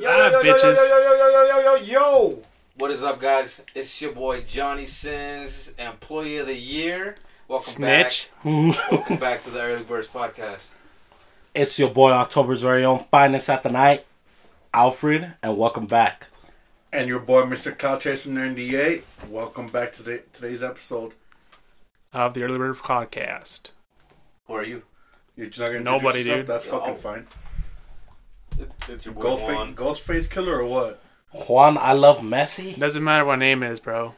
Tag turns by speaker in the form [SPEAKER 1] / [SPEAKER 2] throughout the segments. [SPEAKER 1] bitches.
[SPEAKER 2] Yo, yo, yo, yo, yo, yo, yo, yo. What is up, guys? It's your boy Johnny Sins, Employee of the Year. Welcome
[SPEAKER 1] Snitch.
[SPEAKER 2] back. Welcome back to the Early Birds Podcast.
[SPEAKER 1] it's your boy October's very own finest at the night, Alfred, and welcome back.
[SPEAKER 3] And your boy, Mr. Cloud Chaser 98. Welcome back to the, today's episode.
[SPEAKER 4] of the Early Bird Podcast.
[SPEAKER 2] Who are you?
[SPEAKER 3] You're just not gonna
[SPEAKER 4] Nobody,
[SPEAKER 3] introduce yourself?
[SPEAKER 4] dude.
[SPEAKER 3] That's fucking
[SPEAKER 2] Oh.
[SPEAKER 3] fine.
[SPEAKER 2] It's, it's your boy
[SPEAKER 3] Ghostface,
[SPEAKER 2] Juan.
[SPEAKER 3] Ghostface Killer or what?
[SPEAKER 1] Juan, I love Messi.
[SPEAKER 4] Doesn't matter what name is, bro.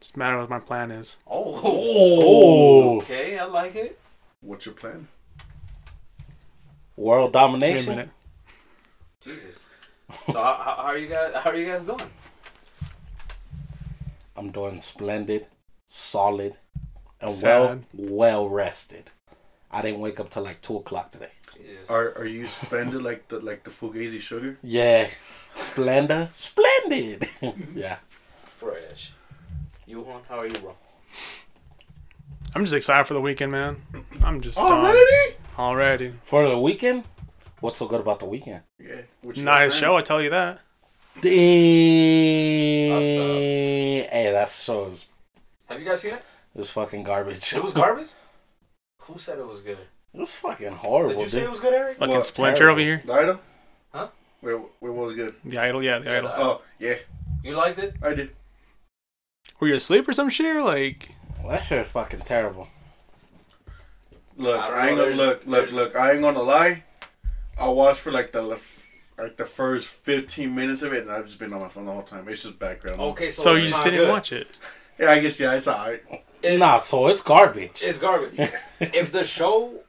[SPEAKER 4] Doesn't matter what my plan is.
[SPEAKER 2] Oh,
[SPEAKER 1] Oh,
[SPEAKER 2] okay, I like it.
[SPEAKER 3] What's your plan?
[SPEAKER 1] world
[SPEAKER 4] Wait a
[SPEAKER 1] domination.
[SPEAKER 4] minute.
[SPEAKER 2] Jesus. So how, how how are you guys? How are you guys doing?
[SPEAKER 1] I'm doing splendid, solid, and
[SPEAKER 4] Sad.
[SPEAKER 1] well, well rested. I didn't wake up till like two o'clock today.
[SPEAKER 2] Jesus.
[SPEAKER 3] Are are you splendid like the like the Fugazi sugar?
[SPEAKER 1] Yeah, splendor, splendid. yeah,
[SPEAKER 2] Fresh. You Juan? How are you, bro?
[SPEAKER 4] I'm just excited for the weekend, man. I'm just um, done.
[SPEAKER 3] Already?
[SPEAKER 4] Already.
[SPEAKER 1] for the weekend. What's so good about the weekend?
[SPEAKER 3] Yeah. What you got
[SPEAKER 4] Nice
[SPEAKER 3] planned?
[SPEAKER 4] show, I tell you that.
[SPEAKER 1] Hey, that show is,
[SPEAKER 2] Have you guys seen it?
[SPEAKER 1] is fucking garbage.
[SPEAKER 2] It was garbage. Who said it was good?
[SPEAKER 1] It was fucking horrible,
[SPEAKER 2] Did you say
[SPEAKER 1] dude.
[SPEAKER 2] it was good, Eric?
[SPEAKER 4] Fucking
[SPEAKER 3] Well,
[SPEAKER 4] Splinter
[SPEAKER 1] terrible.
[SPEAKER 4] over here.
[SPEAKER 3] The idol?
[SPEAKER 2] Huh? Uh,
[SPEAKER 3] Where where was good?
[SPEAKER 4] The Idol, yeah, the Idol.
[SPEAKER 3] Oh yeah,
[SPEAKER 2] You liked it?
[SPEAKER 3] I did.
[SPEAKER 4] Were you asleep or some shit? or, Like,
[SPEAKER 1] Well, that shit is fucking terrible.
[SPEAKER 3] Look,
[SPEAKER 2] I
[SPEAKER 3] I,
[SPEAKER 2] don't
[SPEAKER 3] ain't
[SPEAKER 2] know,
[SPEAKER 3] gonna
[SPEAKER 2] there's-
[SPEAKER 3] look look
[SPEAKER 2] there's-
[SPEAKER 3] look. I ain't gonna lie. I watched for like the lef- like the first fifteen minutes of it, and I've just been on my phone the whole time. It's just
[SPEAKER 1] Mm.
[SPEAKER 3] background.
[SPEAKER 2] Okay, so,
[SPEAKER 4] so
[SPEAKER 2] it's
[SPEAKER 4] you just
[SPEAKER 2] not
[SPEAKER 4] didn't
[SPEAKER 2] good.
[SPEAKER 4] watch it.
[SPEAKER 3] Yeah, I guess yeah, it's alright.
[SPEAKER 2] It-
[SPEAKER 1] nah, so it's garbage.
[SPEAKER 2] It's garbage. if the show,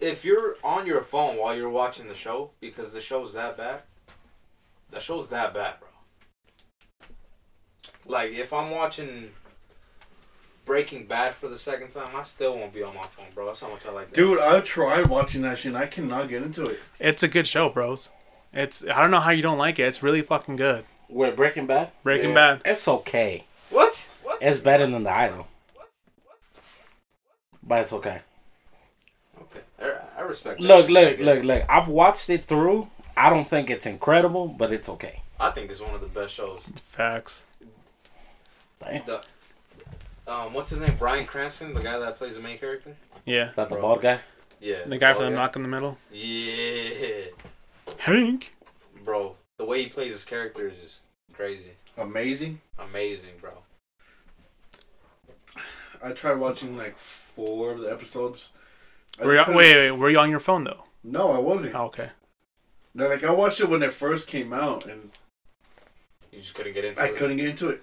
[SPEAKER 2] if you're on your phone while you're watching the show because the show's that bad, the show's that bad, bro. Like if I'm watching Breaking Bad for the second time, I still won't be on my phone, bro. That's how much I like that.
[SPEAKER 3] Dude, I tried watching that shit, and I cannot get into it.
[SPEAKER 4] It's a good show, bros. It's I don't know how you don't like it. It's really fucking good.
[SPEAKER 1] We're Breaking Bad.
[SPEAKER 4] Breaking
[SPEAKER 3] Yeah.
[SPEAKER 4] Bad.
[SPEAKER 1] It's okay.
[SPEAKER 2] What? What?
[SPEAKER 1] It's better than the Idol,
[SPEAKER 2] What? What?
[SPEAKER 1] but it's okay.
[SPEAKER 2] Okay, I, I respect. that,
[SPEAKER 1] Look,
[SPEAKER 2] I
[SPEAKER 1] look,
[SPEAKER 2] guess.
[SPEAKER 1] look, look. I've watched it through. I don't think it's incredible, but it's okay.
[SPEAKER 2] I think it's one of the best shows.
[SPEAKER 4] Facts.
[SPEAKER 1] Damn. Is
[SPEAKER 2] The, um, what's his name? Brian Cranston, the guy that plays the main character.
[SPEAKER 4] Yeah.
[SPEAKER 1] that the bald guy?
[SPEAKER 2] Yeah.
[SPEAKER 4] The guy from the
[SPEAKER 2] Oh, yeah.
[SPEAKER 4] knock in the middle.
[SPEAKER 2] Yeah.
[SPEAKER 4] Hank.
[SPEAKER 2] bro. The way he plays his character is just crazy,
[SPEAKER 3] Amazing.
[SPEAKER 2] amazing, bro.
[SPEAKER 3] I tried watching like four of the episodes. I
[SPEAKER 4] Were
[SPEAKER 3] just
[SPEAKER 4] you, wait,
[SPEAKER 3] couldn't-
[SPEAKER 4] wait, were you on your phone though?
[SPEAKER 3] No, I wasn't.
[SPEAKER 4] Oh, okay.
[SPEAKER 3] No, Like I watched it when it first came out, and
[SPEAKER 2] You just couldn't get into
[SPEAKER 3] I
[SPEAKER 2] it.
[SPEAKER 3] couldn't get into it.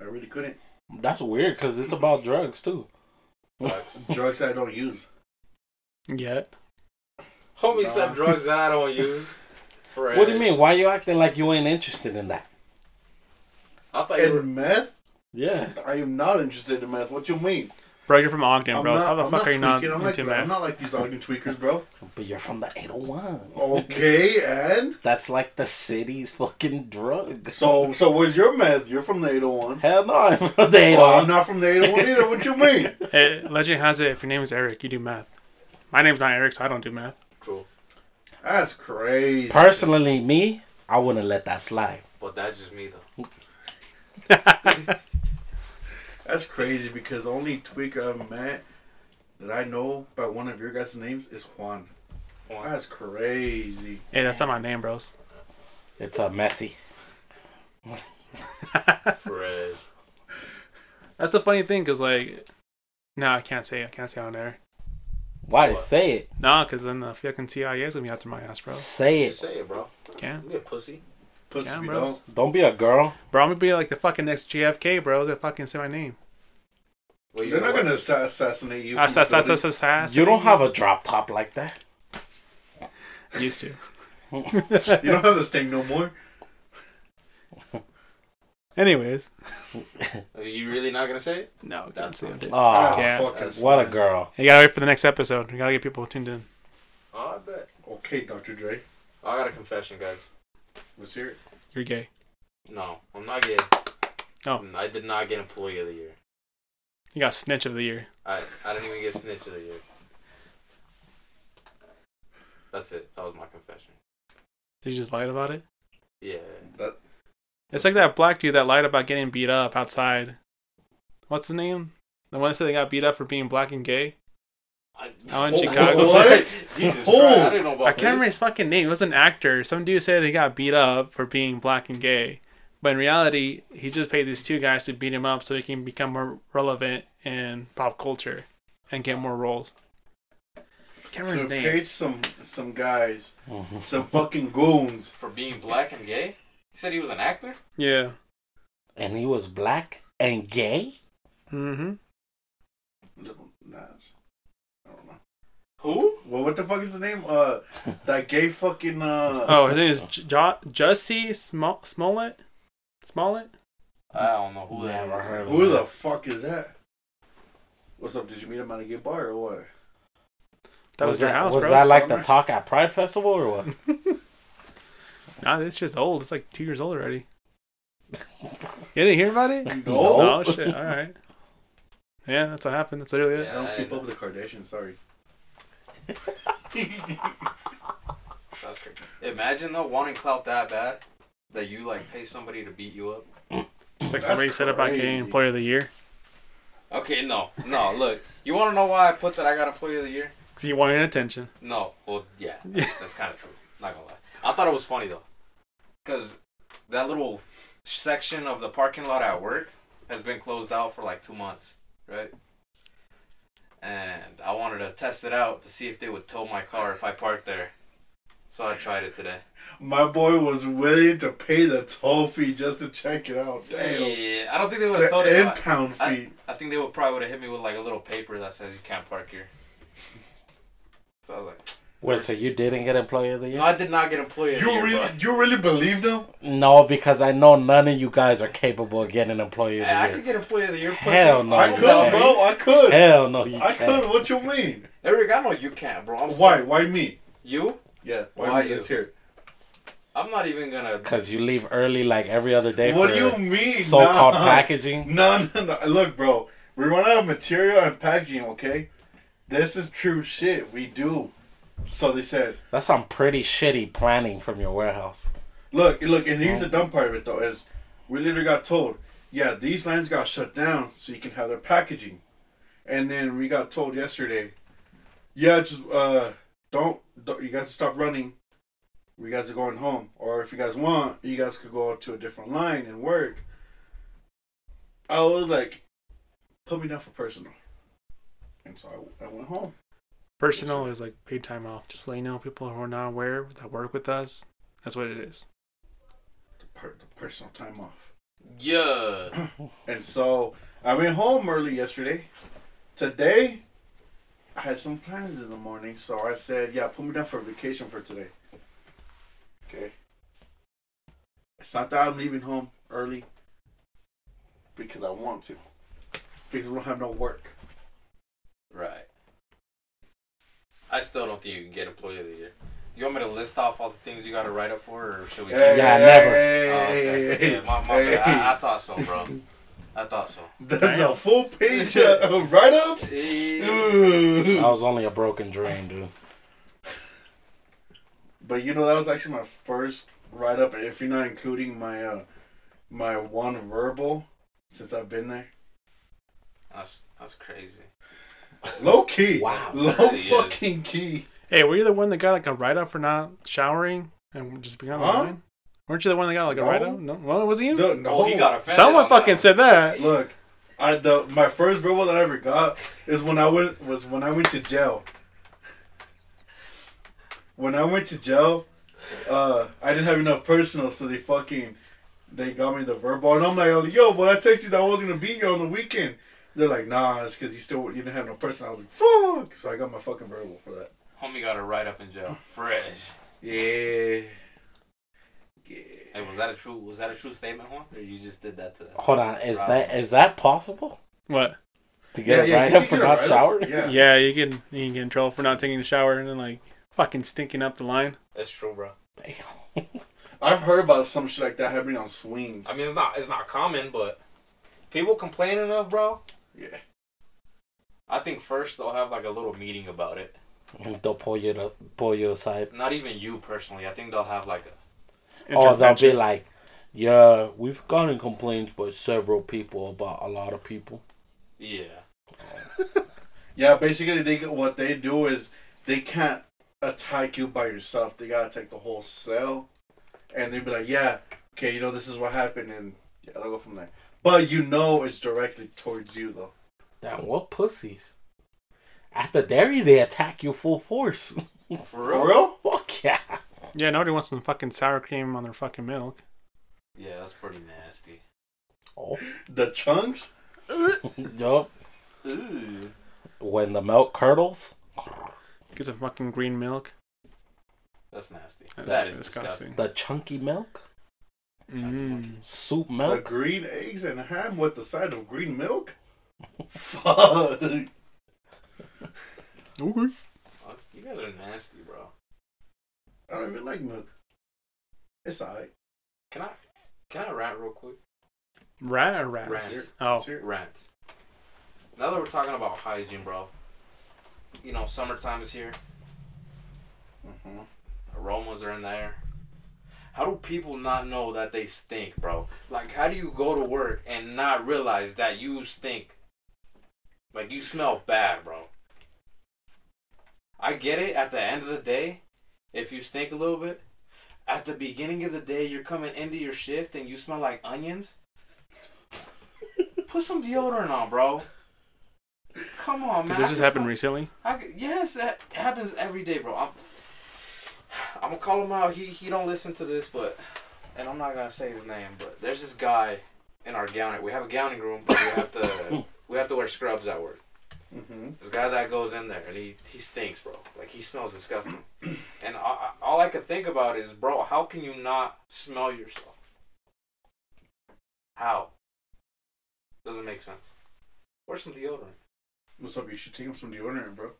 [SPEAKER 3] I really couldn't.
[SPEAKER 1] That's weird because it's about drugs too.
[SPEAKER 2] Drugs.
[SPEAKER 3] Drugs that I don't use.
[SPEAKER 4] Yet.
[SPEAKER 2] Homie
[SPEAKER 3] Nah.
[SPEAKER 2] said drugs that I don't use. Fresh.
[SPEAKER 1] What do you mean? Why you acting like you ain't interested in that?
[SPEAKER 2] I thought you were.
[SPEAKER 3] And meth?
[SPEAKER 1] Yeah.
[SPEAKER 3] I am not interested in meth. What you mean?
[SPEAKER 4] Bro, you're from Ogden,
[SPEAKER 3] I'm
[SPEAKER 4] bro.
[SPEAKER 3] not.
[SPEAKER 4] How the
[SPEAKER 3] I'm
[SPEAKER 4] fuck are you not
[SPEAKER 3] tweaking. I'm
[SPEAKER 4] into
[SPEAKER 3] like, I'm
[SPEAKER 4] math?
[SPEAKER 3] not like these Ogden tweakers, bro.
[SPEAKER 1] But you're from the 801.
[SPEAKER 3] Okay, and
[SPEAKER 1] That's like the city's fucking drugs.
[SPEAKER 3] so so where's your meth? You're from the 801.
[SPEAKER 1] Hell no, I'm from the
[SPEAKER 3] Well,
[SPEAKER 1] 801.
[SPEAKER 3] I'm not from the 801 either. What you mean?
[SPEAKER 4] Eh, legend has it if your name is Eric, you do math. My name's not Eric, so I don't do math.
[SPEAKER 2] True.
[SPEAKER 3] That's crazy.
[SPEAKER 1] Personally, me, I wouldn't let that slide.
[SPEAKER 2] But that's just me, though.
[SPEAKER 3] That's crazy because the only tweaker I've met that I know by one of your guys' names is Juan.
[SPEAKER 2] Juan.
[SPEAKER 3] That's crazy.
[SPEAKER 4] Hey, that's not my name, bros.
[SPEAKER 1] It's a messy.
[SPEAKER 2] Fresh.
[SPEAKER 4] That's the funny thing, cause like, no, I can't say, I can't say on air.
[SPEAKER 1] Why
[SPEAKER 2] What?
[SPEAKER 1] say it?
[SPEAKER 4] Nah, cause then the fucking CIA is gonna be after my ass, bro.
[SPEAKER 1] Say
[SPEAKER 2] You
[SPEAKER 1] it.
[SPEAKER 2] say it, bro.
[SPEAKER 4] Yeah,
[SPEAKER 2] You be a pussy.
[SPEAKER 3] Pussy,
[SPEAKER 4] Yeah,
[SPEAKER 3] you
[SPEAKER 4] bros.
[SPEAKER 3] know?
[SPEAKER 1] Don't be a girl.
[SPEAKER 4] bro, I'm gonna be like the fucking next JFK, bro. They fucking say my name.
[SPEAKER 2] Well, you
[SPEAKER 3] They're
[SPEAKER 2] know
[SPEAKER 3] not
[SPEAKER 2] what?
[SPEAKER 3] gonna assa- assassinate you.
[SPEAKER 4] Ah,
[SPEAKER 3] from
[SPEAKER 4] sa- sa-
[SPEAKER 3] building.
[SPEAKER 4] sa- sa- sa-
[SPEAKER 1] You don't have a drop top like that.
[SPEAKER 4] used to.
[SPEAKER 3] You don't have this thing no more.
[SPEAKER 4] Anyways,
[SPEAKER 2] Are you really not gonna say it?
[SPEAKER 4] no, I can't
[SPEAKER 2] That's
[SPEAKER 4] say
[SPEAKER 2] not
[SPEAKER 4] it.
[SPEAKER 1] Oh,
[SPEAKER 3] Yeah.
[SPEAKER 1] what a girl.
[SPEAKER 4] You gotta wait for the next episode. You gotta get people tuned in.
[SPEAKER 2] Oh, I bet. Oh,
[SPEAKER 3] Okay, Dr. Dre.
[SPEAKER 2] I got a confession, guys.
[SPEAKER 3] Let's hear it.
[SPEAKER 4] You're gay.
[SPEAKER 2] No, I'm not gay.
[SPEAKER 4] Oh.
[SPEAKER 2] I did not get Employee of the Year.
[SPEAKER 4] You got snitch of the year.
[SPEAKER 2] I I didn't even get Snitch of the Year. That's it. That was my confession.
[SPEAKER 4] Did you just lie about it?
[SPEAKER 2] Yeah.
[SPEAKER 3] That
[SPEAKER 4] It's like that black dude that lied about getting beat up outside. What's his name? The one that said they got beat up for being black and gay.
[SPEAKER 2] I,
[SPEAKER 4] Oh, in Chicago.
[SPEAKER 3] What?
[SPEAKER 2] Jesus
[SPEAKER 3] Oh.
[SPEAKER 2] Christ! I didn't know about
[SPEAKER 4] I can't remember
[SPEAKER 2] this.
[SPEAKER 4] his fucking name. He was an actor. Some dude said he got beat up for being black and gay, but in reality, he just paid these two guys to beat him up so he can become more relevant in pop culture and get more roles. Can't
[SPEAKER 3] so
[SPEAKER 4] remember
[SPEAKER 3] he
[SPEAKER 4] his name.
[SPEAKER 3] paid some some guys,
[SPEAKER 1] Mhm.
[SPEAKER 3] some fucking goons.
[SPEAKER 2] for being black and gay. He said he was an actor.
[SPEAKER 4] Yeah.
[SPEAKER 1] And he was black and gay?
[SPEAKER 4] Mm-hmm.
[SPEAKER 3] Little Nas. I don't know.
[SPEAKER 2] Who?
[SPEAKER 3] Well, what the fuck is the name? Uh, that gay fucking uh.
[SPEAKER 4] Oh, his name is J- jo- Jussie Smoll- Smollett. Smollett.
[SPEAKER 2] I don't know who that
[SPEAKER 1] Never
[SPEAKER 2] is.
[SPEAKER 1] heard of
[SPEAKER 3] Who the
[SPEAKER 1] him.
[SPEAKER 3] fuck is that? What's up? Did you meet him at a gay bar or what?
[SPEAKER 4] That was, their house,
[SPEAKER 1] Was
[SPEAKER 4] bro.
[SPEAKER 1] that like the
[SPEAKER 3] Summer.
[SPEAKER 1] talk at Pride Festival or what?
[SPEAKER 4] Nah, it's just old. It's like two years old already. You didn't hear about it?
[SPEAKER 1] No.
[SPEAKER 4] Oh shit! All right. Yeah, that's what happened. That's literally it.
[SPEAKER 3] I
[SPEAKER 2] Yeah,
[SPEAKER 3] don't
[SPEAKER 2] I
[SPEAKER 3] keep
[SPEAKER 2] know.
[SPEAKER 3] up with the Kardashians. Sorry.
[SPEAKER 2] That's crazy. Imagine though wanting clout that bad that you like pay somebody to beat you up.
[SPEAKER 4] Just like
[SPEAKER 3] That's
[SPEAKER 4] somebody said about
[SPEAKER 3] crazy.
[SPEAKER 4] getting employee of the year
[SPEAKER 2] Okay, no, no. Look, you want to know why I put that I got Employee of the Year?
[SPEAKER 4] because you wanted attention.
[SPEAKER 2] No. Well, yeah, that's, that's kind of true. Not gonna lie. I thought it was funny though, because that little section of the parking lot at work has been closed out for like two months, right? And I wanted to test it out to see if they would tow my car if I parked there. So I tried it today.
[SPEAKER 3] My boy was willing to pay the toll fee just to check it out. Damn.
[SPEAKER 2] Yeah, I don't think they would have towed
[SPEAKER 3] The
[SPEAKER 2] it.
[SPEAKER 3] impound
[SPEAKER 2] I-
[SPEAKER 3] fee.
[SPEAKER 2] I think they would probably would have hit me with like a little paper that says you can't park here. So I was like,
[SPEAKER 1] Wait, so you didn't get Employee of the
[SPEAKER 2] no,
[SPEAKER 1] Year?
[SPEAKER 2] I did not get employee of the
[SPEAKER 3] You
[SPEAKER 2] year.
[SPEAKER 3] really,
[SPEAKER 2] bro.
[SPEAKER 3] you really believe them?
[SPEAKER 1] No, because I know none of you guys are capable of getting Employee of
[SPEAKER 2] Hey, I
[SPEAKER 1] the
[SPEAKER 2] could
[SPEAKER 1] Year.
[SPEAKER 2] get employee of the year. pussy.
[SPEAKER 1] Hell no,
[SPEAKER 3] I
[SPEAKER 1] you
[SPEAKER 3] could,
[SPEAKER 1] can't.
[SPEAKER 3] bro. I could.
[SPEAKER 1] Hell no, you
[SPEAKER 3] I
[SPEAKER 1] can't.
[SPEAKER 3] could. What you mean?
[SPEAKER 2] Eric, I know you can't, bro. I'm
[SPEAKER 3] Why?
[SPEAKER 2] so-
[SPEAKER 3] Why me?
[SPEAKER 2] you?
[SPEAKER 3] Yeah.
[SPEAKER 2] Why
[SPEAKER 3] Why
[SPEAKER 2] you?
[SPEAKER 3] you? here?
[SPEAKER 2] I'm not even gonna.
[SPEAKER 1] Because you leave early like every other day
[SPEAKER 3] What
[SPEAKER 1] for
[SPEAKER 3] do you mean?
[SPEAKER 1] so-called
[SPEAKER 3] Nah.
[SPEAKER 1] packaging.
[SPEAKER 3] No, no, no. Look, bro. We run out of material and packaging. Okay. This is true shit. We do. So they said.
[SPEAKER 1] That's some pretty shitty planning from your warehouse.
[SPEAKER 3] Look, look, and here's the dumb part of it though is we literally got told, yeah, these lines got shut down so you can have their packaging, and then we got told yesterday, yeah, just uh, don't, don't you guys stop running, you guys are going home, or if you guys want, you guys could go to a different line and work. I was like, put me down for personal, and so I, I went home.
[SPEAKER 4] Personal is like paid time off. Just letting you know people who are not aware that work with us. That's what it is.
[SPEAKER 3] The, per- the personal time off.
[SPEAKER 2] Yeah.
[SPEAKER 3] And so I went home early yesterday. Today, I had some plans in the morning, so I said, "Yeah, put me down for vacation for today." Okay. It's not that I'm leaving home early because I want to, because we don't have no work.
[SPEAKER 2] right. I still don't think you can get employee of the year. You want me to list off all the things you gotta write up for, or should we? keep-
[SPEAKER 1] Yeah, never.
[SPEAKER 2] Oh, okay.
[SPEAKER 3] hey,
[SPEAKER 2] Yeah, my, my
[SPEAKER 3] hey.
[SPEAKER 2] bad. I, I thought so, bro. I thought so.
[SPEAKER 3] The, the full page of write-ups. Mm.
[SPEAKER 1] That was only a broken dream, dude.
[SPEAKER 3] But you know that was actually my first write up. If you're not including my uh, my one verbal since I've been there,
[SPEAKER 2] That's that's crazy.
[SPEAKER 3] low key,
[SPEAKER 1] Wow.
[SPEAKER 3] low
[SPEAKER 2] Really is.
[SPEAKER 3] fucking key.
[SPEAKER 4] Hey, were you the one that got like a write up for not showering and just being on the
[SPEAKER 3] Huh?
[SPEAKER 4] line? Weren't you the one that got like a
[SPEAKER 3] No.
[SPEAKER 4] write up? No, well, was it you?
[SPEAKER 3] No,
[SPEAKER 2] Oh, he got offended.
[SPEAKER 4] Someone
[SPEAKER 2] on that
[SPEAKER 4] fucking
[SPEAKER 2] one.
[SPEAKER 4] said that.
[SPEAKER 3] Look, I the my first verbal that I ever got is when I went was when I went to jail. When I went to jail, uh, I didn't have enough personal, so they fucking they got me the verbal, and I'm like, yo, but I texted you that I was gonna be here on the weekend. They're like, nah, it's because you still you didn't have no personal. I was like, fuck, so I got my fucking verbal for that.
[SPEAKER 2] Homie got a write up in jail. Fresh.
[SPEAKER 3] Yeah. Yeah.
[SPEAKER 2] Hey, was that a true? Was that a true statement, Juan? Or you just did that to?
[SPEAKER 1] Hold on, is that is that possible
[SPEAKER 4] What?
[SPEAKER 1] to get
[SPEAKER 3] Yeah, yeah,
[SPEAKER 1] it right
[SPEAKER 3] you
[SPEAKER 1] up
[SPEAKER 3] can
[SPEAKER 1] for
[SPEAKER 3] get it
[SPEAKER 1] not
[SPEAKER 3] right up.
[SPEAKER 1] showering?
[SPEAKER 3] Yeah.
[SPEAKER 4] Yeah, you can you can get in trouble for not taking a shower and then like fucking stinking up the line.
[SPEAKER 2] That's true, bro.
[SPEAKER 1] Damn.
[SPEAKER 3] I've heard about some shit like that happening on swings.
[SPEAKER 2] I mean, it's not it's not common, but people complain enough, bro.
[SPEAKER 3] yeah.
[SPEAKER 2] I think first they'll have like a little meeting about it.
[SPEAKER 1] They'll pull you to pull you aside.
[SPEAKER 2] Not even you personally. I think Oh, they'll have like a
[SPEAKER 1] Or Oh, they'll be
[SPEAKER 4] intervention.
[SPEAKER 1] like, yeah, we've gotten complaints by several people about a lot of people.
[SPEAKER 2] Yeah.
[SPEAKER 3] Yeah, basically, they what they do is they can't attack you by yourself. They gotta take the whole cell, and they'd be like, "Yeah, okay, you know this is what happened," and yeah, they'll go from there. But you know, it's directly towards you though.
[SPEAKER 1] Damn, what pussies. At the dairy, they attack you full force.
[SPEAKER 2] For real?
[SPEAKER 3] For real?
[SPEAKER 1] Fuck yeah.
[SPEAKER 4] Yeah, nobody wants some fucking sour cream on their fucking milk.
[SPEAKER 2] Yeah, that's pretty nasty.
[SPEAKER 1] Oh,
[SPEAKER 3] The chunks?
[SPEAKER 1] yup.
[SPEAKER 2] Ooh.
[SPEAKER 1] When the milk curdles,
[SPEAKER 4] Get some fucking green milk.
[SPEAKER 2] That's nasty.
[SPEAKER 4] That's
[SPEAKER 2] that
[SPEAKER 4] pretty
[SPEAKER 2] is disgusting.
[SPEAKER 1] the chunky milk,
[SPEAKER 4] Mm.
[SPEAKER 1] soup
[SPEAKER 3] The
[SPEAKER 1] milk.
[SPEAKER 3] green eggs and ham with the side of green milk? Fuck.
[SPEAKER 4] Okay.
[SPEAKER 2] Oh, That's- You guys are nasty, bro.
[SPEAKER 3] I don't even like milk. It's alright.
[SPEAKER 2] Can I can I rant real quick?
[SPEAKER 4] Rat or rat?
[SPEAKER 2] Rant.
[SPEAKER 4] Oh,
[SPEAKER 3] Sure.
[SPEAKER 2] Rant. Now that we're talking about hygiene, bro. You know, summertime is here.
[SPEAKER 3] Mhm.
[SPEAKER 2] Aromas are in the air. How do people not know that they stink, bro? Like, how do you go to work and not realize that you stink? Like, you smell bad, bro. I get it at the end of the day, if you stink a little bit. At the beginning of the day, you're coming into your shift and you smell like onions. Put some deodorant on, bro. Come on,
[SPEAKER 4] did
[SPEAKER 2] man.
[SPEAKER 4] this
[SPEAKER 2] I
[SPEAKER 4] just
[SPEAKER 2] can
[SPEAKER 4] happen
[SPEAKER 2] smell-
[SPEAKER 4] recently?
[SPEAKER 2] I c yes, that happens every day, bro. I'm, I'm gonna call him out. He he don't listen to this, but and I'm not gonna say his name, but there's this guy in our gowning. We have a gowning room, but we have to we have to wear scrubs at work.
[SPEAKER 3] Mhm.
[SPEAKER 2] This guy that goes in there and he he stinks, bro. Like he smells disgusting. And all, all I could think about is, bro, how can you not smell yourself? How? Doesn't make sense. Wear some deodorant.
[SPEAKER 3] What's up? You should take him some deodorant, bro.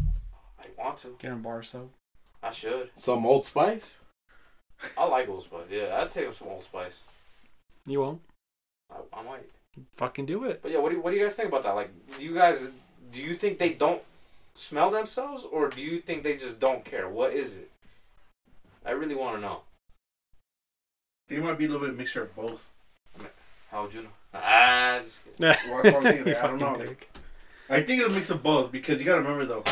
[SPEAKER 2] I want to.
[SPEAKER 4] Get in bar soap.
[SPEAKER 2] I should.
[SPEAKER 1] Some Old Spice?
[SPEAKER 2] I like Old Spice. Yeah, I'd take up some Old Spice.
[SPEAKER 4] You won't
[SPEAKER 2] I, I might.
[SPEAKER 4] fucking do it.
[SPEAKER 2] But yeah, what do, you, what do you guys think about that? Like, do you guys do you think they don't smell themselves, or do you think they just don't care? What is it? I really want to know.
[SPEAKER 3] They might be a little bit mixture of both.
[SPEAKER 2] How would you know? Ah, just kidding.
[SPEAKER 4] Yeah.
[SPEAKER 3] Well, that's what I'm thinking. I don't know. I think it'll mix of both because you gotta remember though.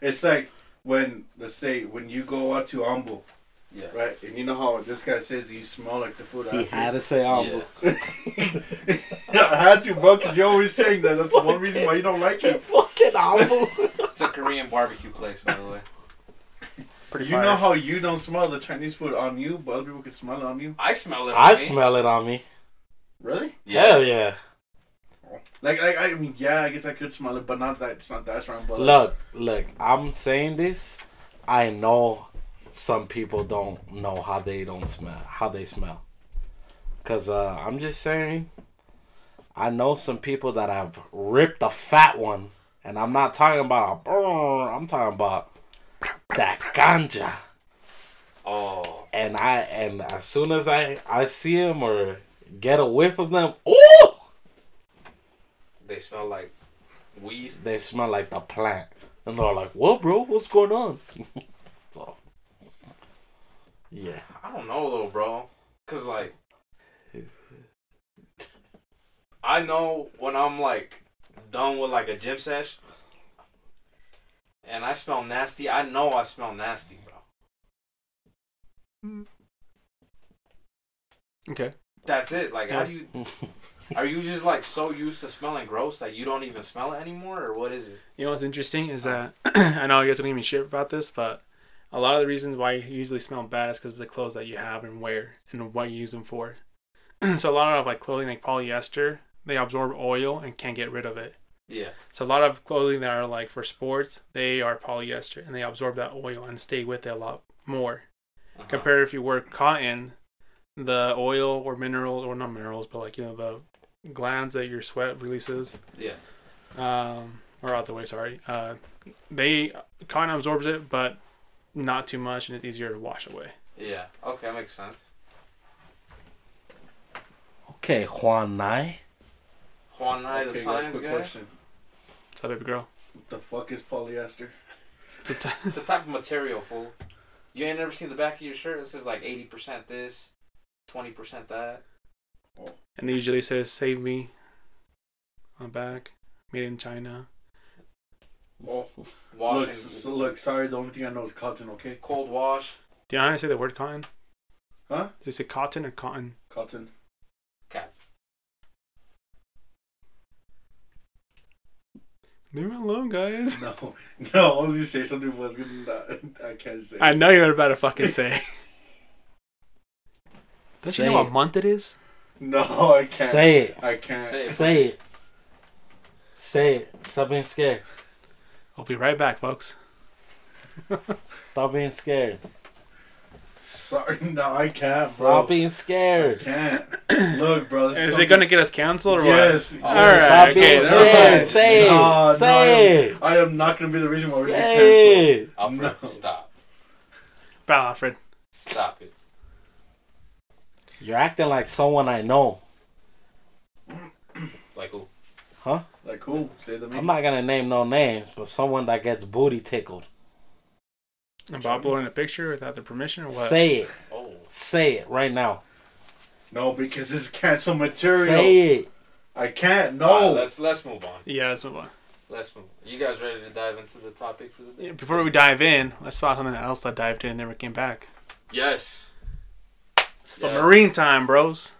[SPEAKER 3] It's like when let's say when you go out to Ambu,
[SPEAKER 2] yeah.
[SPEAKER 3] right? And you know how this guy says you smell like the food.
[SPEAKER 1] He
[SPEAKER 3] after.
[SPEAKER 1] had to say um,
[SPEAKER 2] Yeah.
[SPEAKER 1] Ambu.
[SPEAKER 3] I had to, bro, because you're always saying that. That's the one reason why you don't like it.
[SPEAKER 1] Fucking Ambu.
[SPEAKER 2] It's a Korean barbecue place, by the way.
[SPEAKER 4] Pretty
[SPEAKER 3] You know how you don't smell the Chinese food on you, but other people can smell it on you.
[SPEAKER 2] I smell it.
[SPEAKER 1] I
[SPEAKER 2] on me.
[SPEAKER 1] smell it on me.
[SPEAKER 3] Really?
[SPEAKER 1] Hell yeah.
[SPEAKER 3] Like, like I mean, yeah, I guess I could smell it, but not that. It's not that strong. But like,
[SPEAKER 1] Look, look, I'm saying this. I know some people don't know how they don't smell, how they smell. Cause uh, I'm just saying, I know some people that have ripped a fat one, and I'm not talking about a. brrr, I'm talking about that ganja.
[SPEAKER 2] Oh,
[SPEAKER 1] And I and as soon as I I see them or get a whiff of them, ooh,
[SPEAKER 2] they smell like weed.
[SPEAKER 1] they smell like the plant, and they're like, "What, bro? What's going on?" so, yeah.
[SPEAKER 2] I don't know though, bro. Cause like, I know when I'm like done with like a gym sesh, and I smell nasty. I know I smell nasty, bro.
[SPEAKER 4] Okay.
[SPEAKER 2] That's it. Like, how do you? Are you just like so used to smelling gross that you don't even smell it anymore, or what is it?
[SPEAKER 4] You know what's interesting is that I know you guys don't give me shit about this, but a lot of the reasons why you usually smell bad is because of the clothes that you have and wear and what you use them for. so a lot of like clothing like polyester, they absorb oil and can't get rid of it.
[SPEAKER 2] Yeah.
[SPEAKER 4] So a lot of clothing that are like for sports, they are polyester and they absorb that oil and stay with it a lot more.
[SPEAKER 2] uh-huh.
[SPEAKER 4] Compared if you wear cotton, the oil or mineral or not minerals, but like you know the glands that your sweat releases
[SPEAKER 2] Yeah.
[SPEAKER 4] um, or out the way. Sorry, uh, they cotton absorbs it, but not too much, and it's easier to wash away.
[SPEAKER 2] Yeah. Okay, that makes sense.
[SPEAKER 1] Okay, Juan Nai.
[SPEAKER 2] Juan Nye, the
[SPEAKER 3] Okay, got a
[SPEAKER 2] science
[SPEAKER 3] quick
[SPEAKER 2] guy.
[SPEAKER 3] question.
[SPEAKER 4] What's up, baby girl?
[SPEAKER 3] What the fuck is polyester?
[SPEAKER 4] It's a t-
[SPEAKER 2] The type of material, fool. You ain't never seen the back of your shirt. It says like eighty percent this, twenty percent that.
[SPEAKER 4] And it usually says, Save me. I'm back. Made in China.
[SPEAKER 3] Oh,
[SPEAKER 2] Wash and
[SPEAKER 3] look, s- look, sorry, the only thing I know is cotton, okay?
[SPEAKER 2] cold wash,
[SPEAKER 4] Do you know how to say the word cotton?
[SPEAKER 3] Huh?
[SPEAKER 4] Does it say cotton or cotton?
[SPEAKER 3] Cotton.
[SPEAKER 2] cap.
[SPEAKER 4] Leave me alone, guys.
[SPEAKER 3] No, no, I was gonna say something, but I was gonna, I can't say.
[SPEAKER 4] I know you're about to fucking say. Don't
[SPEAKER 1] Say
[SPEAKER 4] you know what
[SPEAKER 1] it.
[SPEAKER 4] month it is?
[SPEAKER 3] No, I can't.
[SPEAKER 1] Say it.
[SPEAKER 3] I can't.
[SPEAKER 2] Say it.
[SPEAKER 1] Say it. Say it. Stop being scared.
[SPEAKER 4] I'll be right back, folks.
[SPEAKER 1] Stop being scared.
[SPEAKER 3] Sorry, no, I can't, bro.
[SPEAKER 1] Stop being
[SPEAKER 3] I
[SPEAKER 1] scared.
[SPEAKER 3] can't. Look, bro. this
[SPEAKER 4] Is
[SPEAKER 3] something-
[SPEAKER 4] it gonna get us canceled or
[SPEAKER 3] Yes.
[SPEAKER 4] what? Oh. All right,
[SPEAKER 1] Stop
[SPEAKER 4] okay,
[SPEAKER 1] being
[SPEAKER 4] never
[SPEAKER 1] scared.
[SPEAKER 4] mind.
[SPEAKER 1] Say it.
[SPEAKER 3] No, no,
[SPEAKER 1] Say it.
[SPEAKER 3] I am not gonna be the reason why we're getting canceled.
[SPEAKER 1] Say it.
[SPEAKER 2] Alfred,
[SPEAKER 3] No.
[SPEAKER 2] stop,
[SPEAKER 4] Bow, Alfred.
[SPEAKER 2] stop it.
[SPEAKER 1] You're acting like someone I know.
[SPEAKER 2] Like oh, who?
[SPEAKER 3] Like, cool. Say the
[SPEAKER 1] I'm
[SPEAKER 3] name.
[SPEAKER 1] not gonna name no names, but someone that gets booty tickled.
[SPEAKER 4] Am I uploading a picture without their permission or what?
[SPEAKER 1] Say it.
[SPEAKER 2] Oh,
[SPEAKER 1] Say it right now.
[SPEAKER 3] No, because this is cancel material.
[SPEAKER 1] Say it.
[SPEAKER 3] I can't.
[SPEAKER 2] Alright,
[SPEAKER 4] Ah,
[SPEAKER 3] No.
[SPEAKER 2] let's let's move on.
[SPEAKER 4] yeah, let's move on.
[SPEAKER 2] Let's move. You guys ready to dive into the topic for the day?
[SPEAKER 4] Yeah, Before we dive in, let's talk something else that dived in and never came back.
[SPEAKER 2] Yes.
[SPEAKER 4] Submarine time, bros.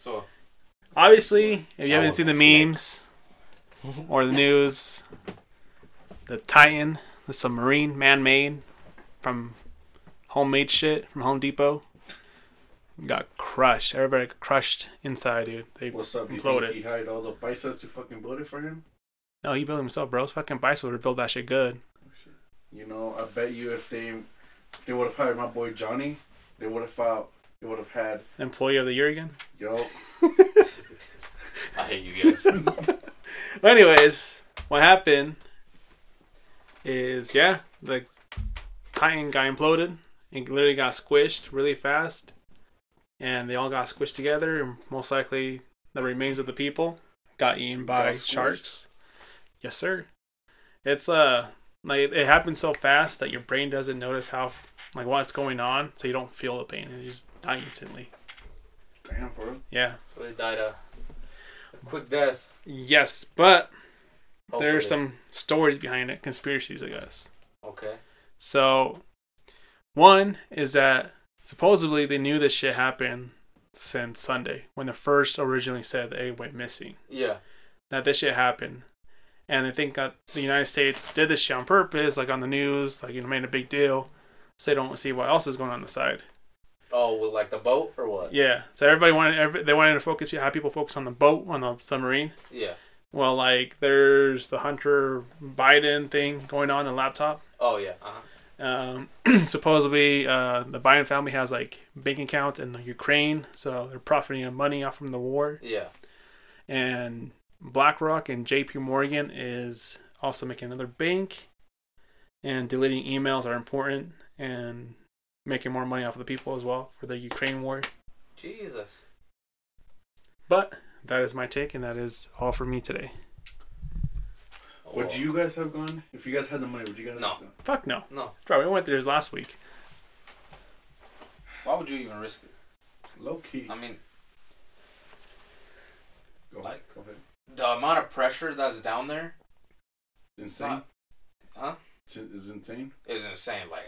[SPEAKER 2] So
[SPEAKER 4] Obviously, if you
[SPEAKER 1] That
[SPEAKER 4] haven't
[SPEAKER 1] was
[SPEAKER 4] seen
[SPEAKER 1] a
[SPEAKER 4] the
[SPEAKER 1] snake.
[SPEAKER 4] memes or the news, the Titan, the submarine, man-made from homemade shit from Home Depot, got crushed. Everybody got crushed inside, dude. They
[SPEAKER 3] What's up? You
[SPEAKER 4] Imploded.
[SPEAKER 3] think he hired all the biceps to fucking build it for him?
[SPEAKER 4] no, he built it himself, bro. His fucking bicycle would build that shit good.
[SPEAKER 3] You know, I bet you if they they would have hired my boy Johnny, they would have filed. They would have had
[SPEAKER 4] Employee of the year again.
[SPEAKER 3] yo.
[SPEAKER 2] I hate you guys.
[SPEAKER 4] Anyways, what happened is yeah, the Titan guy imploded and literally got squished really fast, and they all got squished together. And most likely, the remains of the people got eaten by
[SPEAKER 3] Got squished.
[SPEAKER 4] sharks. Yes, sir. It's uh like it happens so fast that your brain doesn't notice how like what's going on, so you don't feel the pain and you just die instantly.
[SPEAKER 3] Damn, bro.
[SPEAKER 4] Yeah.
[SPEAKER 2] so they died a, a quick death.
[SPEAKER 4] Yes, but there
[SPEAKER 2] hopefully.
[SPEAKER 4] are some stories behind it, conspiracies, I guess.
[SPEAKER 2] Okay.
[SPEAKER 4] So, one is that supposedly they knew this shit happened since Sunday when the first originally said they went missing.
[SPEAKER 2] Yeah.
[SPEAKER 4] That this shit happened, and they think that the United States did this shit on purpose, like on the news, like you know made a big deal, so they don't see what else is going on the side.
[SPEAKER 2] Oh, with like the boat or what?
[SPEAKER 4] Yeah, so everybody wanted every, they wanted to focus have people focus on the boat on the submarine.
[SPEAKER 2] Yeah.
[SPEAKER 4] Well, like there's the Hunter Biden thing going on in the laptop.
[SPEAKER 2] Oh yeah. Uh-huh.
[SPEAKER 4] Um, supposedly, uh, the Biden family has like bank accounts in Ukraine, so they're profiting money off from the war.
[SPEAKER 2] Yeah.
[SPEAKER 4] And BlackRock and J.P. Morgan is also making another bank, and deleting emails are important, and making more money off of the people as well for the Ukraine war.
[SPEAKER 2] Jesus.
[SPEAKER 4] But that is my take, and that is all for me today.
[SPEAKER 2] Oh,
[SPEAKER 3] Would you guys have gone if you guys had the money? Would you guys?
[SPEAKER 2] No.
[SPEAKER 3] Have gone?
[SPEAKER 4] Fuck no,
[SPEAKER 2] No.
[SPEAKER 4] bro. We went through this last week.
[SPEAKER 2] Why would you even risk it?
[SPEAKER 3] Low key.
[SPEAKER 2] I mean,
[SPEAKER 3] Go ahead.
[SPEAKER 2] like-
[SPEAKER 3] Go ahead.
[SPEAKER 2] the amount of pressure that's down there
[SPEAKER 3] Insane.
[SPEAKER 2] Huh?
[SPEAKER 3] It's, it's insane.
[SPEAKER 2] is insane. Like,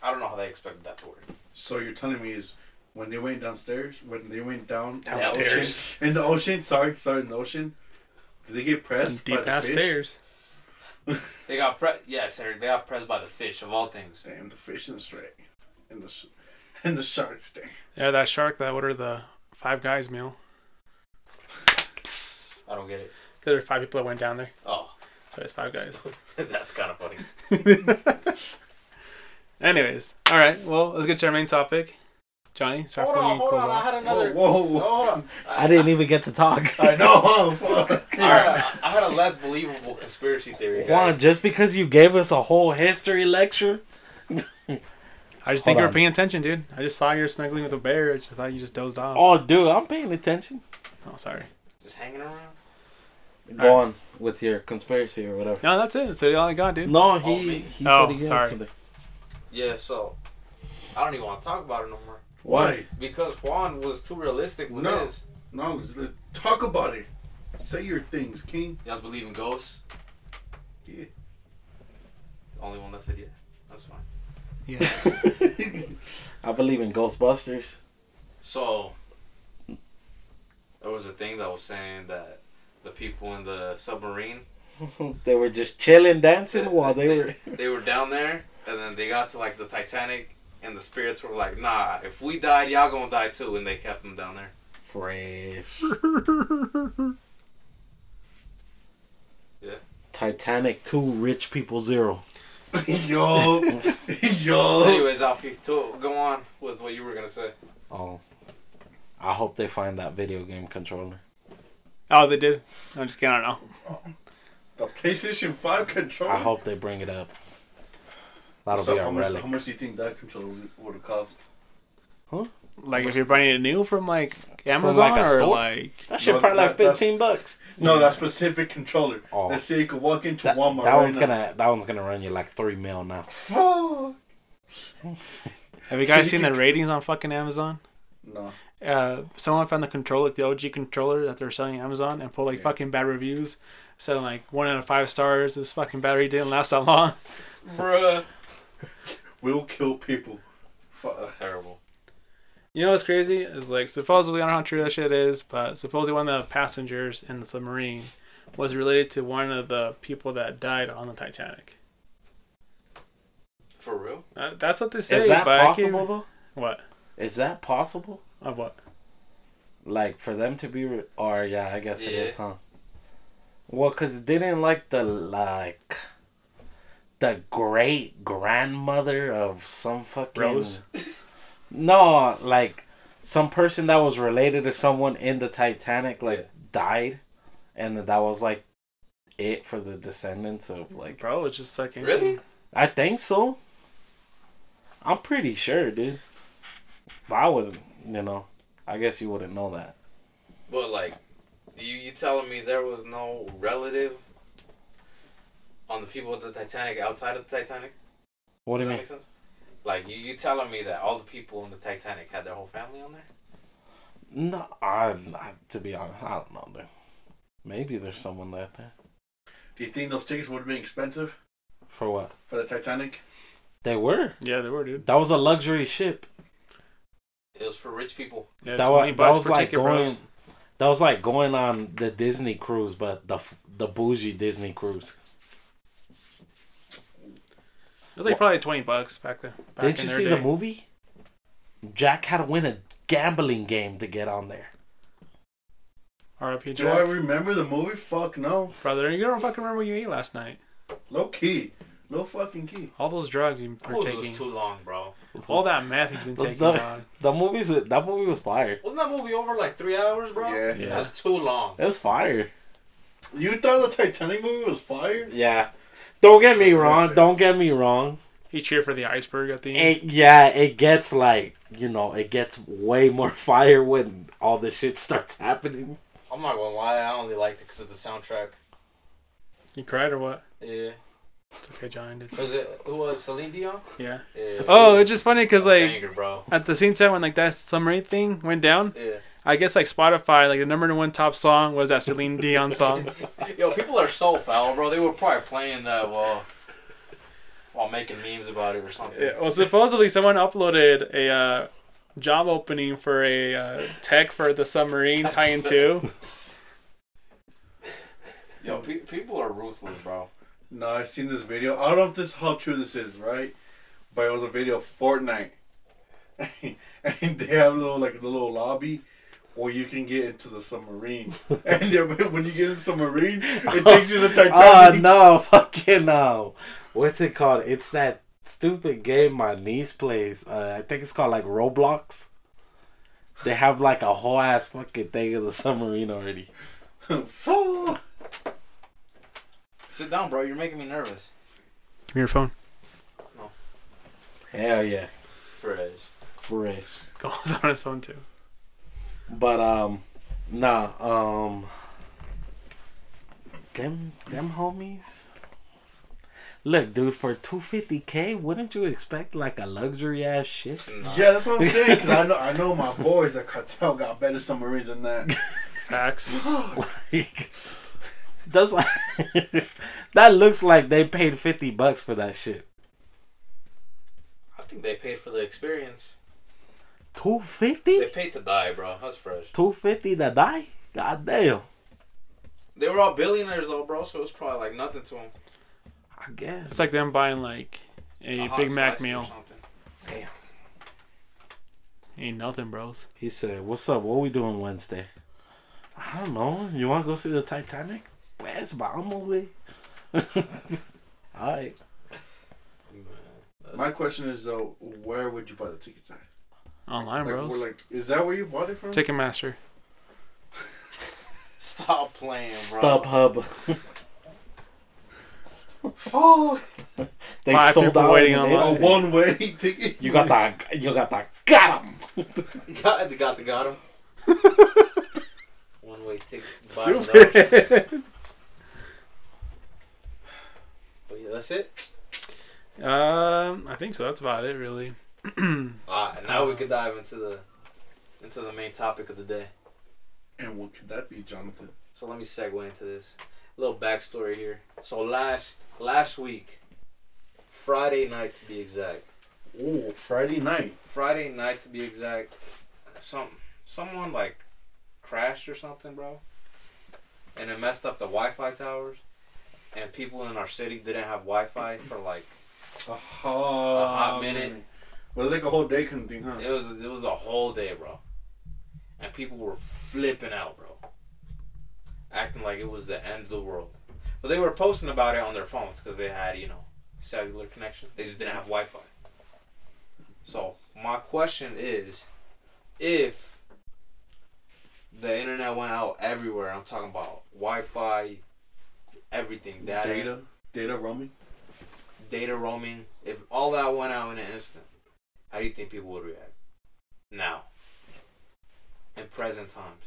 [SPEAKER 2] I, I don't know how they expected that to work.
[SPEAKER 3] So you're telling me is when they went downstairs, when they went down
[SPEAKER 4] Downstairs.
[SPEAKER 3] the ocean, in the ocean. Sorry, sorry, in the ocean. Did they get pressed
[SPEAKER 4] Some
[SPEAKER 3] by
[SPEAKER 4] deep
[SPEAKER 3] the
[SPEAKER 4] ass
[SPEAKER 3] fish?
[SPEAKER 4] stairs.
[SPEAKER 2] They got pre- yes, Eric. They got pressed by the fish of all things.
[SPEAKER 3] Damn, the fish in the straight, and the sh- and the sharks. Damn.
[SPEAKER 4] Yeah, that shark that ordered the Five Guys meal. Because
[SPEAKER 2] I don't get it.
[SPEAKER 4] there were five people that went down there.
[SPEAKER 2] Oh,
[SPEAKER 4] So it's Five Guys.
[SPEAKER 2] that's kind of funny.
[SPEAKER 4] Anyways, all right. Well, let's get to our main topic. Johnny, start
[SPEAKER 2] Hold
[SPEAKER 4] from
[SPEAKER 2] on,
[SPEAKER 4] you.
[SPEAKER 2] hold
[SPEAKER 4] Close
[SPEAKER 2] on. I
[SPEAKER 4] off.
[SPEAKER 2] had another. Oh.
[SPEAKER 3] Whoa, whoa,
[SPEAKER 2] No,
[SPEAKER 3] whoa.
[SPEAKER 2] hold on.
[SPEAKER 1] I didn't even get to talk.
[SPEAKER 3] I know. Fuck.
[SPEAKER 2] I had, a, I had a less believable conspiracy theory.
[SPEAKER 1] Juan,
[SPEAKER 2] Guys.
[SPEAKER 1] just because you gave us a whole history lecture,
[SPEAKER 4] I just think
[SPEAKER 1] Hold
[SPEAKER 4] you were
[SPEAKER 1] on.
[SPEAKER 4] paying attention, dude. I just saw you were snuggling with a bear. I just thought you just dozed off.
[SPEAKER 1] oh, dude, I'm paying attention.
[SPEAKER 4] Oh, sorry.
[SPEAKER 2] Just hanging around.
[SPEAKER 1] Go on with your conspiracy or whatever.
[SPEAKER 4] No, that's it. That's all I got, dude.
[SPEAKER 1] No,
[SPEAKER 2] Oh, me?
[SPEAKER 1] he he
[SPEAKER 4] Oh,
[SPEAKER 1] said he had
[SPEAKER 4] sorry.
[SPEAKER 1] something.
[SPEAKER 2] Yeah, so I don't even want to talk about it no more
[SPEAKER 3] Why?
[SPEAKER 2] because Juan was too realistic with
[SPEAKER 3] No.
[SPEAKER 2] his.
[SPEAKER 3] No, let's, let's talk about it. Say your things, King.
[SPEAKER 2] You guys believe in ghosts?
[SPEAKER 3] Yeah.
[SPEAKER 2] The only one that said yeah. That's fine.
[SPEAKER 4] Yeah.
[SPEAKER 1] I believe in Ghostbusters.
[SPEAKER 2] So there was a thing that was saying that the people in the submarine
[SPEAKER 1] they were just chilling, dancing while they
[SPEAKER 2] they-
[SPEAKER 1] were.
[SPEAKER 2] they were down there and then they got to like the Titanic and the spirits were like, nah, if we died, y'all gonna die too, and they kept them down there.
[SPEAKER 1] Fresh.
[SPEAKER 2] Yeah.
[SPEAKER 1] Titanic 2, Rich People 0.
[SPEAKER 3] yo, yo.
[SPEAKER 2] Anyways, Alfie, to, go on with what you were gonna say.
[SPEAKER 1] Oh. I hope they find that video game controller.
[SPEAKER 4] oh, they did. I'm just kidding. I don't know.
[SPEAKER 3] The PlayStation Five controller.
[SPEAKER 1] I hope they bring it up. That'll
[SPEAKER 3] So
[SPEAKER 1] be
[SPEAKER 3] how
[SPEAKER 1] our
[SPEAKER 3] much,
[SPEAKER 1] relic.
[SPEAKER 3] how much do you think that controller would have cost?
[SPEAKER 4] Like if you're buying it new from like Amazon
[SPEAKER 1] Amazon like, a
[SPEAKER 4] or
[SPEAKER 1] store?
[SPEAKER 4] like
[SPEAKER 1] That shit
[SPEAKER 3] No,
[SPEAKER 1] probably
[SPEAKER 3] that-
[SPEAKER 1] like
[SPEAKER 3] that's-
[SPEAKER 1] 15 bucks.
[SPEAKER 3] No, that specific controller.
[SPEAKER 1] Mm. Oh.
[SPEAKER 3] Let's say you could walk into
[SPEAKER 1] That,
[SPEAKER 3] Walmart.
[SPEAKER 1] that
[SPEAKER 3] right
[SPEAKER 1] one's
[SPEAKER 3] now.
[SPEAKER 1] gonna that one's gonna run you like three mil now.
[SPEAKER 3] Fuck.
[SPEAKER 4] have you guys seen the ratings on fucking Amazon?
[SPEAKER 3] No.
[SPEAKER 4] Uh, someone found the controller, the OG controller that they're selling on Amazon, and put like fucking bad reviews, saying like one out of five stars. This fucking battery didn't last that long.
[SPEAKER 2] Bruh.
[SPEAKER 3] We'll kill people.
[SPEAKER 2] Fuck, that's terrible.
[SPEAKER 4] You know what's crazy is like supposedly I don't know how true that shit is, but supposedly one of the passengers in the submarine was related to one of the people that died on the Titanic.
[SPEAKER 2] For real?
[SPEAKER 4] Uh, that's what they say.
[SPEAKER 1] Is that
[SPEAKER 4] but I can't-
[SPEAKER 1] possible though?
[SPEAKER 4] What
[SPEAKER 1] Is that possible?
[SPEAKER 4] of what?
[SPEAKER 1] Like for them to be, re- or yeah, I guess it
[SPEAKER 2] Yeah.
[SPEAKER 1] is, huh? Well, cause didn't like the like the great grandmother of some fucking
[SPEAKER 4] Rose?
[SPEAKER 1] no, like some person that was related to someone in the Titanic, like
[SPEAKER 2] Yeah.
[SPEAKER 1] died, and that was like it for the descendants of like.
[SPEAKER 4] Bro, it's just like
[SPEAKER 2] Really?
[SPEAKER 1] I think so. I'm pretty sure, dude. But I would, you know, I guess you wouldn't know that.
[SPEAKER 2] But like, you you telling me there was no relative on the people of the Titanic outside of the Titanic?
[SPEAKER 1] What
[SPEAKER 2] Does
[SPEAKER 1] do you
[SPEAKER 2] that
[SPEAKER 1] mean?
[SPEAKER 2] make sense? Like you you telling me that all the people in the Titanic had their whole family on there?
[SPEAKER 1] No, I, I to be honest, I don't know, dude. Maybe there's someone out there.
[SPEAKER 3] Do you think those tickets would have been expensive
[SPEAKER 1] For what?
[SPEAKER 3] for the Titanic?
[SPEAKER 1] They were.
[SPEAKER 4] Yeah, they were, dude.
[SPEAKER 1] That was a luxury ship.
[SPEAKER 2] It was for rich people.
[SPEAKER 4] Yeah,
[SPEAKER 1] That wa-
[SPEAKER 4] twenty
[SPEAKER 1] that
[SPEAKER 4] bucks
[SPEAKER 1] was
[SPEAKER 4] per
[SPEAKER 1] like
[SPEAKER 4] ticket, bros.
[SPEAKER 1] going- That was like going on the Disney cruise, but the f- the bougie Disney cruise.
[SPEAKER 4] It was like probably twenty bucks back then. Back
[SPEAKER 1] Didn't
[SPEAKER 4] in
[SPEAKER 1] you
[SPEAKER 4] their
[SPEAKER 1] see
[SPEAKER 4] day.
[SPEAKER 1] the movie? Jack had to win a gambling game to get on there.
[SPEAKER 4] R.I.P.
[SPEAKER 3] Do I
[SPEAKER 4] Jack.
[SPEAKER 3] remember the movie? Fuck no.
[SPEAKER 4] Brother, you don't fucking remember what you ate last night.
[SPEAKER 3] Low key. Low fucking key.
[SPEAKER 4] All those drugs you were
[SPEAKER 2] Oh, it was
[SPEAKER 4] taking.
[SPEAKER 2] too long, bro.
[SPEAKER 4] All that meth he's been taking.
[SPEAKER 1] the,
[SPEAKER 4] dog.
[SPEAKER 1] the movies that movie was fire.
[SPEAKER 2] Wasn't that movie over like three hours, bro?
[SPEAKER 3] Yeah.
[SPEAKER 4] Yeah.
[SPEAKER 2] That's too long.
[SPEAKER 1] It was fire.
[SPEAKER 3] You thought the Titanic movie was fire?
[SPEAKER 1] Yeah. Don't get me wrong. Don't get me wrong.
[SPEAKER 4] He cheered for the iceberg at the end.
[SPEAKER 1] It, yeah, it gets like, you know, it gets way more fire when all this shit starts happening.
[SPEAKER 2] I'm not gonna lie, I only liked it because of the soundtrack.
[SPEAKER 4] You cried or what?
[SPEAKER 2] Yeah.
[SPEAKER 4] It's okay, John. It's,
[SPEAKER 2] Was it? Who was Celine Dion?
[SPEAKER 4] yeah.
[SPEAKER 2] Yeah.
[SPEAKER 4] Oh, it's just funny because like
[SPEAKER 2] Banger, bro.
[SPEAKER 4] at the same time when like that submarine thing went down,
[SPEAKER 2] Yeah.
[SPEAKER 4] I guess like Spotify like the number one top song was that Celine Dion song.
[SPEAKER 2] Yo, people are so foul, bro. They were probably playing that while while making memes about it or something.
[SPEAKER 4] Yeah, well, supposedly someone uploaded a uh, job opening for a uh, tech for the submarine
[SPEAKER 2] That's
[SPEAKER 4] tie-in
[SPEAKER 2] the-
[SPEAKER 4] two.
[SPEAKER 2] Yo, pe- people are ruthless, bro.
[SPEAKER 3] No, I've seen this video. I don't know if this how true this is, right? But it was a video of Fortnite. and they have a little like a little lobby where you can get into the submarine. and then when you get in the submarine, it takes you to the
[SPEAKER 1] Oh,
[SPEAKER 3] Titanic.
[SPEAKER 1] no, fucking no. What's it called? It's that stupid game my niece plays. Uh, I think it's called like Roblox. They have like a whole ass fucking thing of the submarine already.
[SPEAKER 3] Fuck.
[SPEAKER 2] Sit down, bro. You're making me nervous.
[SPEAKER 4] Give me your phone.
[SPEAKER 1] Hell yeah.
[SPEAKER 2] Fresh.
[SPEAKER 1] Fresh.
[SPEAKER 4] Goes on his phone too.
[SPEAKER 1] But um, nah, um, them them homies. Look, dude, for two fifty k, wouldn't you expect like a luxury ass shit?
[SPEAKER 2] Nah.
[SPEAKER 3] Yeah, that's what I'm saying. Because I know, I know my boys at Cartel got better submarines than that.
[SPEAKER 4] Facts.
[SPEAKER 1] Like, that's like that looks like they paid fifty bucks for that shit.
[SPEAKER 2] I think they paid for the experience.
[SPEAKER 1] Two
[SPEAKER 2] They
[SPEAKER 1] fifty?
[SPEAKER 2] paid to die, bro. That's fresh.
[SPEAKER 1] Two fifty to die? God damn.
[SPEAKER 2] They were all billionaires though, bro. So it's probably like nothing to them.
[SPEAKER 1] I guess.
[SPEAKER 4] It's like them buying like a Big Mac meal. Ain't nothing, bros.
[SPEAKER 1] He said, What's up? What we doing Wednesday? I don't know. You wanna go see the Titanic? Best bomb movie. Alright.
[SPEAKER 3] My question is though, where would you buy the tickets at?
[SPEAKER 4] Online,
[SPEAKER 3] Like,
[SPEAKER 4] bros.
[SPEAKER 3] we're like, is that where you bought it from?
[SPEAKER 4] Ticketmaster.
[SPEAKER 2] Stop playing, bro.
[SPEAKER 1] Stub hub.
[SPEAKER 2] Oh,
[SPEAKER 1] They
[SPEAKER 4] Five
[SPEAKER 1] sold
[SPEAKER 4] people
[SPEAKER 1] out
[SPEAKER 4] waiting
[SPEAKER 1] in
[SPEAKER 4] on
[SPEAKER 1] the
[SPEAKER 4] line.
[SPEAKER 3] a
[SPEAKER 1] instant.
[SPEAKER 3] Oh, one way ticket.
[SPEAKER 1] You got that you got that got him.
[SPEAKER 2] got got the got him. One way ticket. bottom dollar. But yeah, that's it.
[SPEAKER 4] Um, I think so. That's about it, really.
[SPEAKER 2] All right, now we can dive into the into the main topic of the day.
[SPEAKER 3] And what could that be, Jonathan?
[SPEAKER 2] So let me segue into this. A little backstory here. So last last week, Friday night to be exact.
[SPEAKER 3] Oh, Friday night.
[SPEAKER 2] Friday night to be exact. Some someone like crashed or something, bro. And it messed up the Wi-Fi towers. And people in our city didn't have Wi-Fi for like
[SPEAKER 3] A Um,
[SPEAKER 2] hot minute.
[SPEAKER 3] Well, it's like a whole day kind of thing, huh?
[SPEAKER 2] it was it was the whole day, bro. And people were flipping out, bro. Acting like it was the end of the world. But they were posting about it on their phones because they had, you know, cellular connection. They just didn't have Wi-Fi. So my question is, if the internet went out everywhere, I'm talking about Wi-Fi, everything, data, data,
[SPEAKER 3] Data, data roaming.
[SPEAKER 2] roaming. If all that went out in an instant, how do you think people would react? Now, in present times,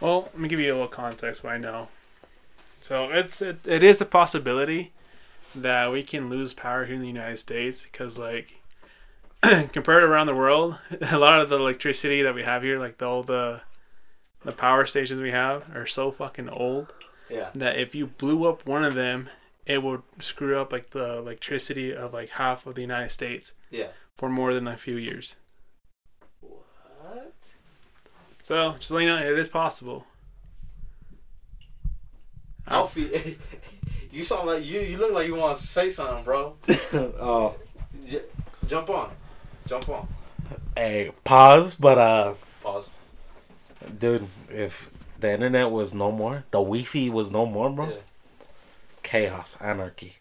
[SPEAKER 4] Well, let me give you a little context what I know. So it's it, it is a possibility that we can lose power here in the United States because like compared to around the world, a lot of the electricity that we have here, like the, all the the power stations we have, are so fucking old
[SPEAKER 2] yeah,
[SPEAKER 4] that if you blew up one of them, it would screw up like the electricity of like half of the United States
[SPEAKER 2] yeah.
[SPEAKER 4] for more than a few years.
[SPEAKER 2] What?
[SPEAKER 4] So just let you know, it is possible.
[SPEAKER 2] Alfie, you sound like you. You look like you want to say something, bro.
[SPEAKER 1] oh.
[SPEAKER 2] J- jump on, jump on.
[SPEAKER 1] Hey, pause, but uh
[SPEAKER 2] Pause.
[SPEAKER 1] dude, if the internet was no more, the Wi Fi was no more, bro.
[SPEAKER 2] Yeah.
[SPEAKER 1] Chaos, anarchy.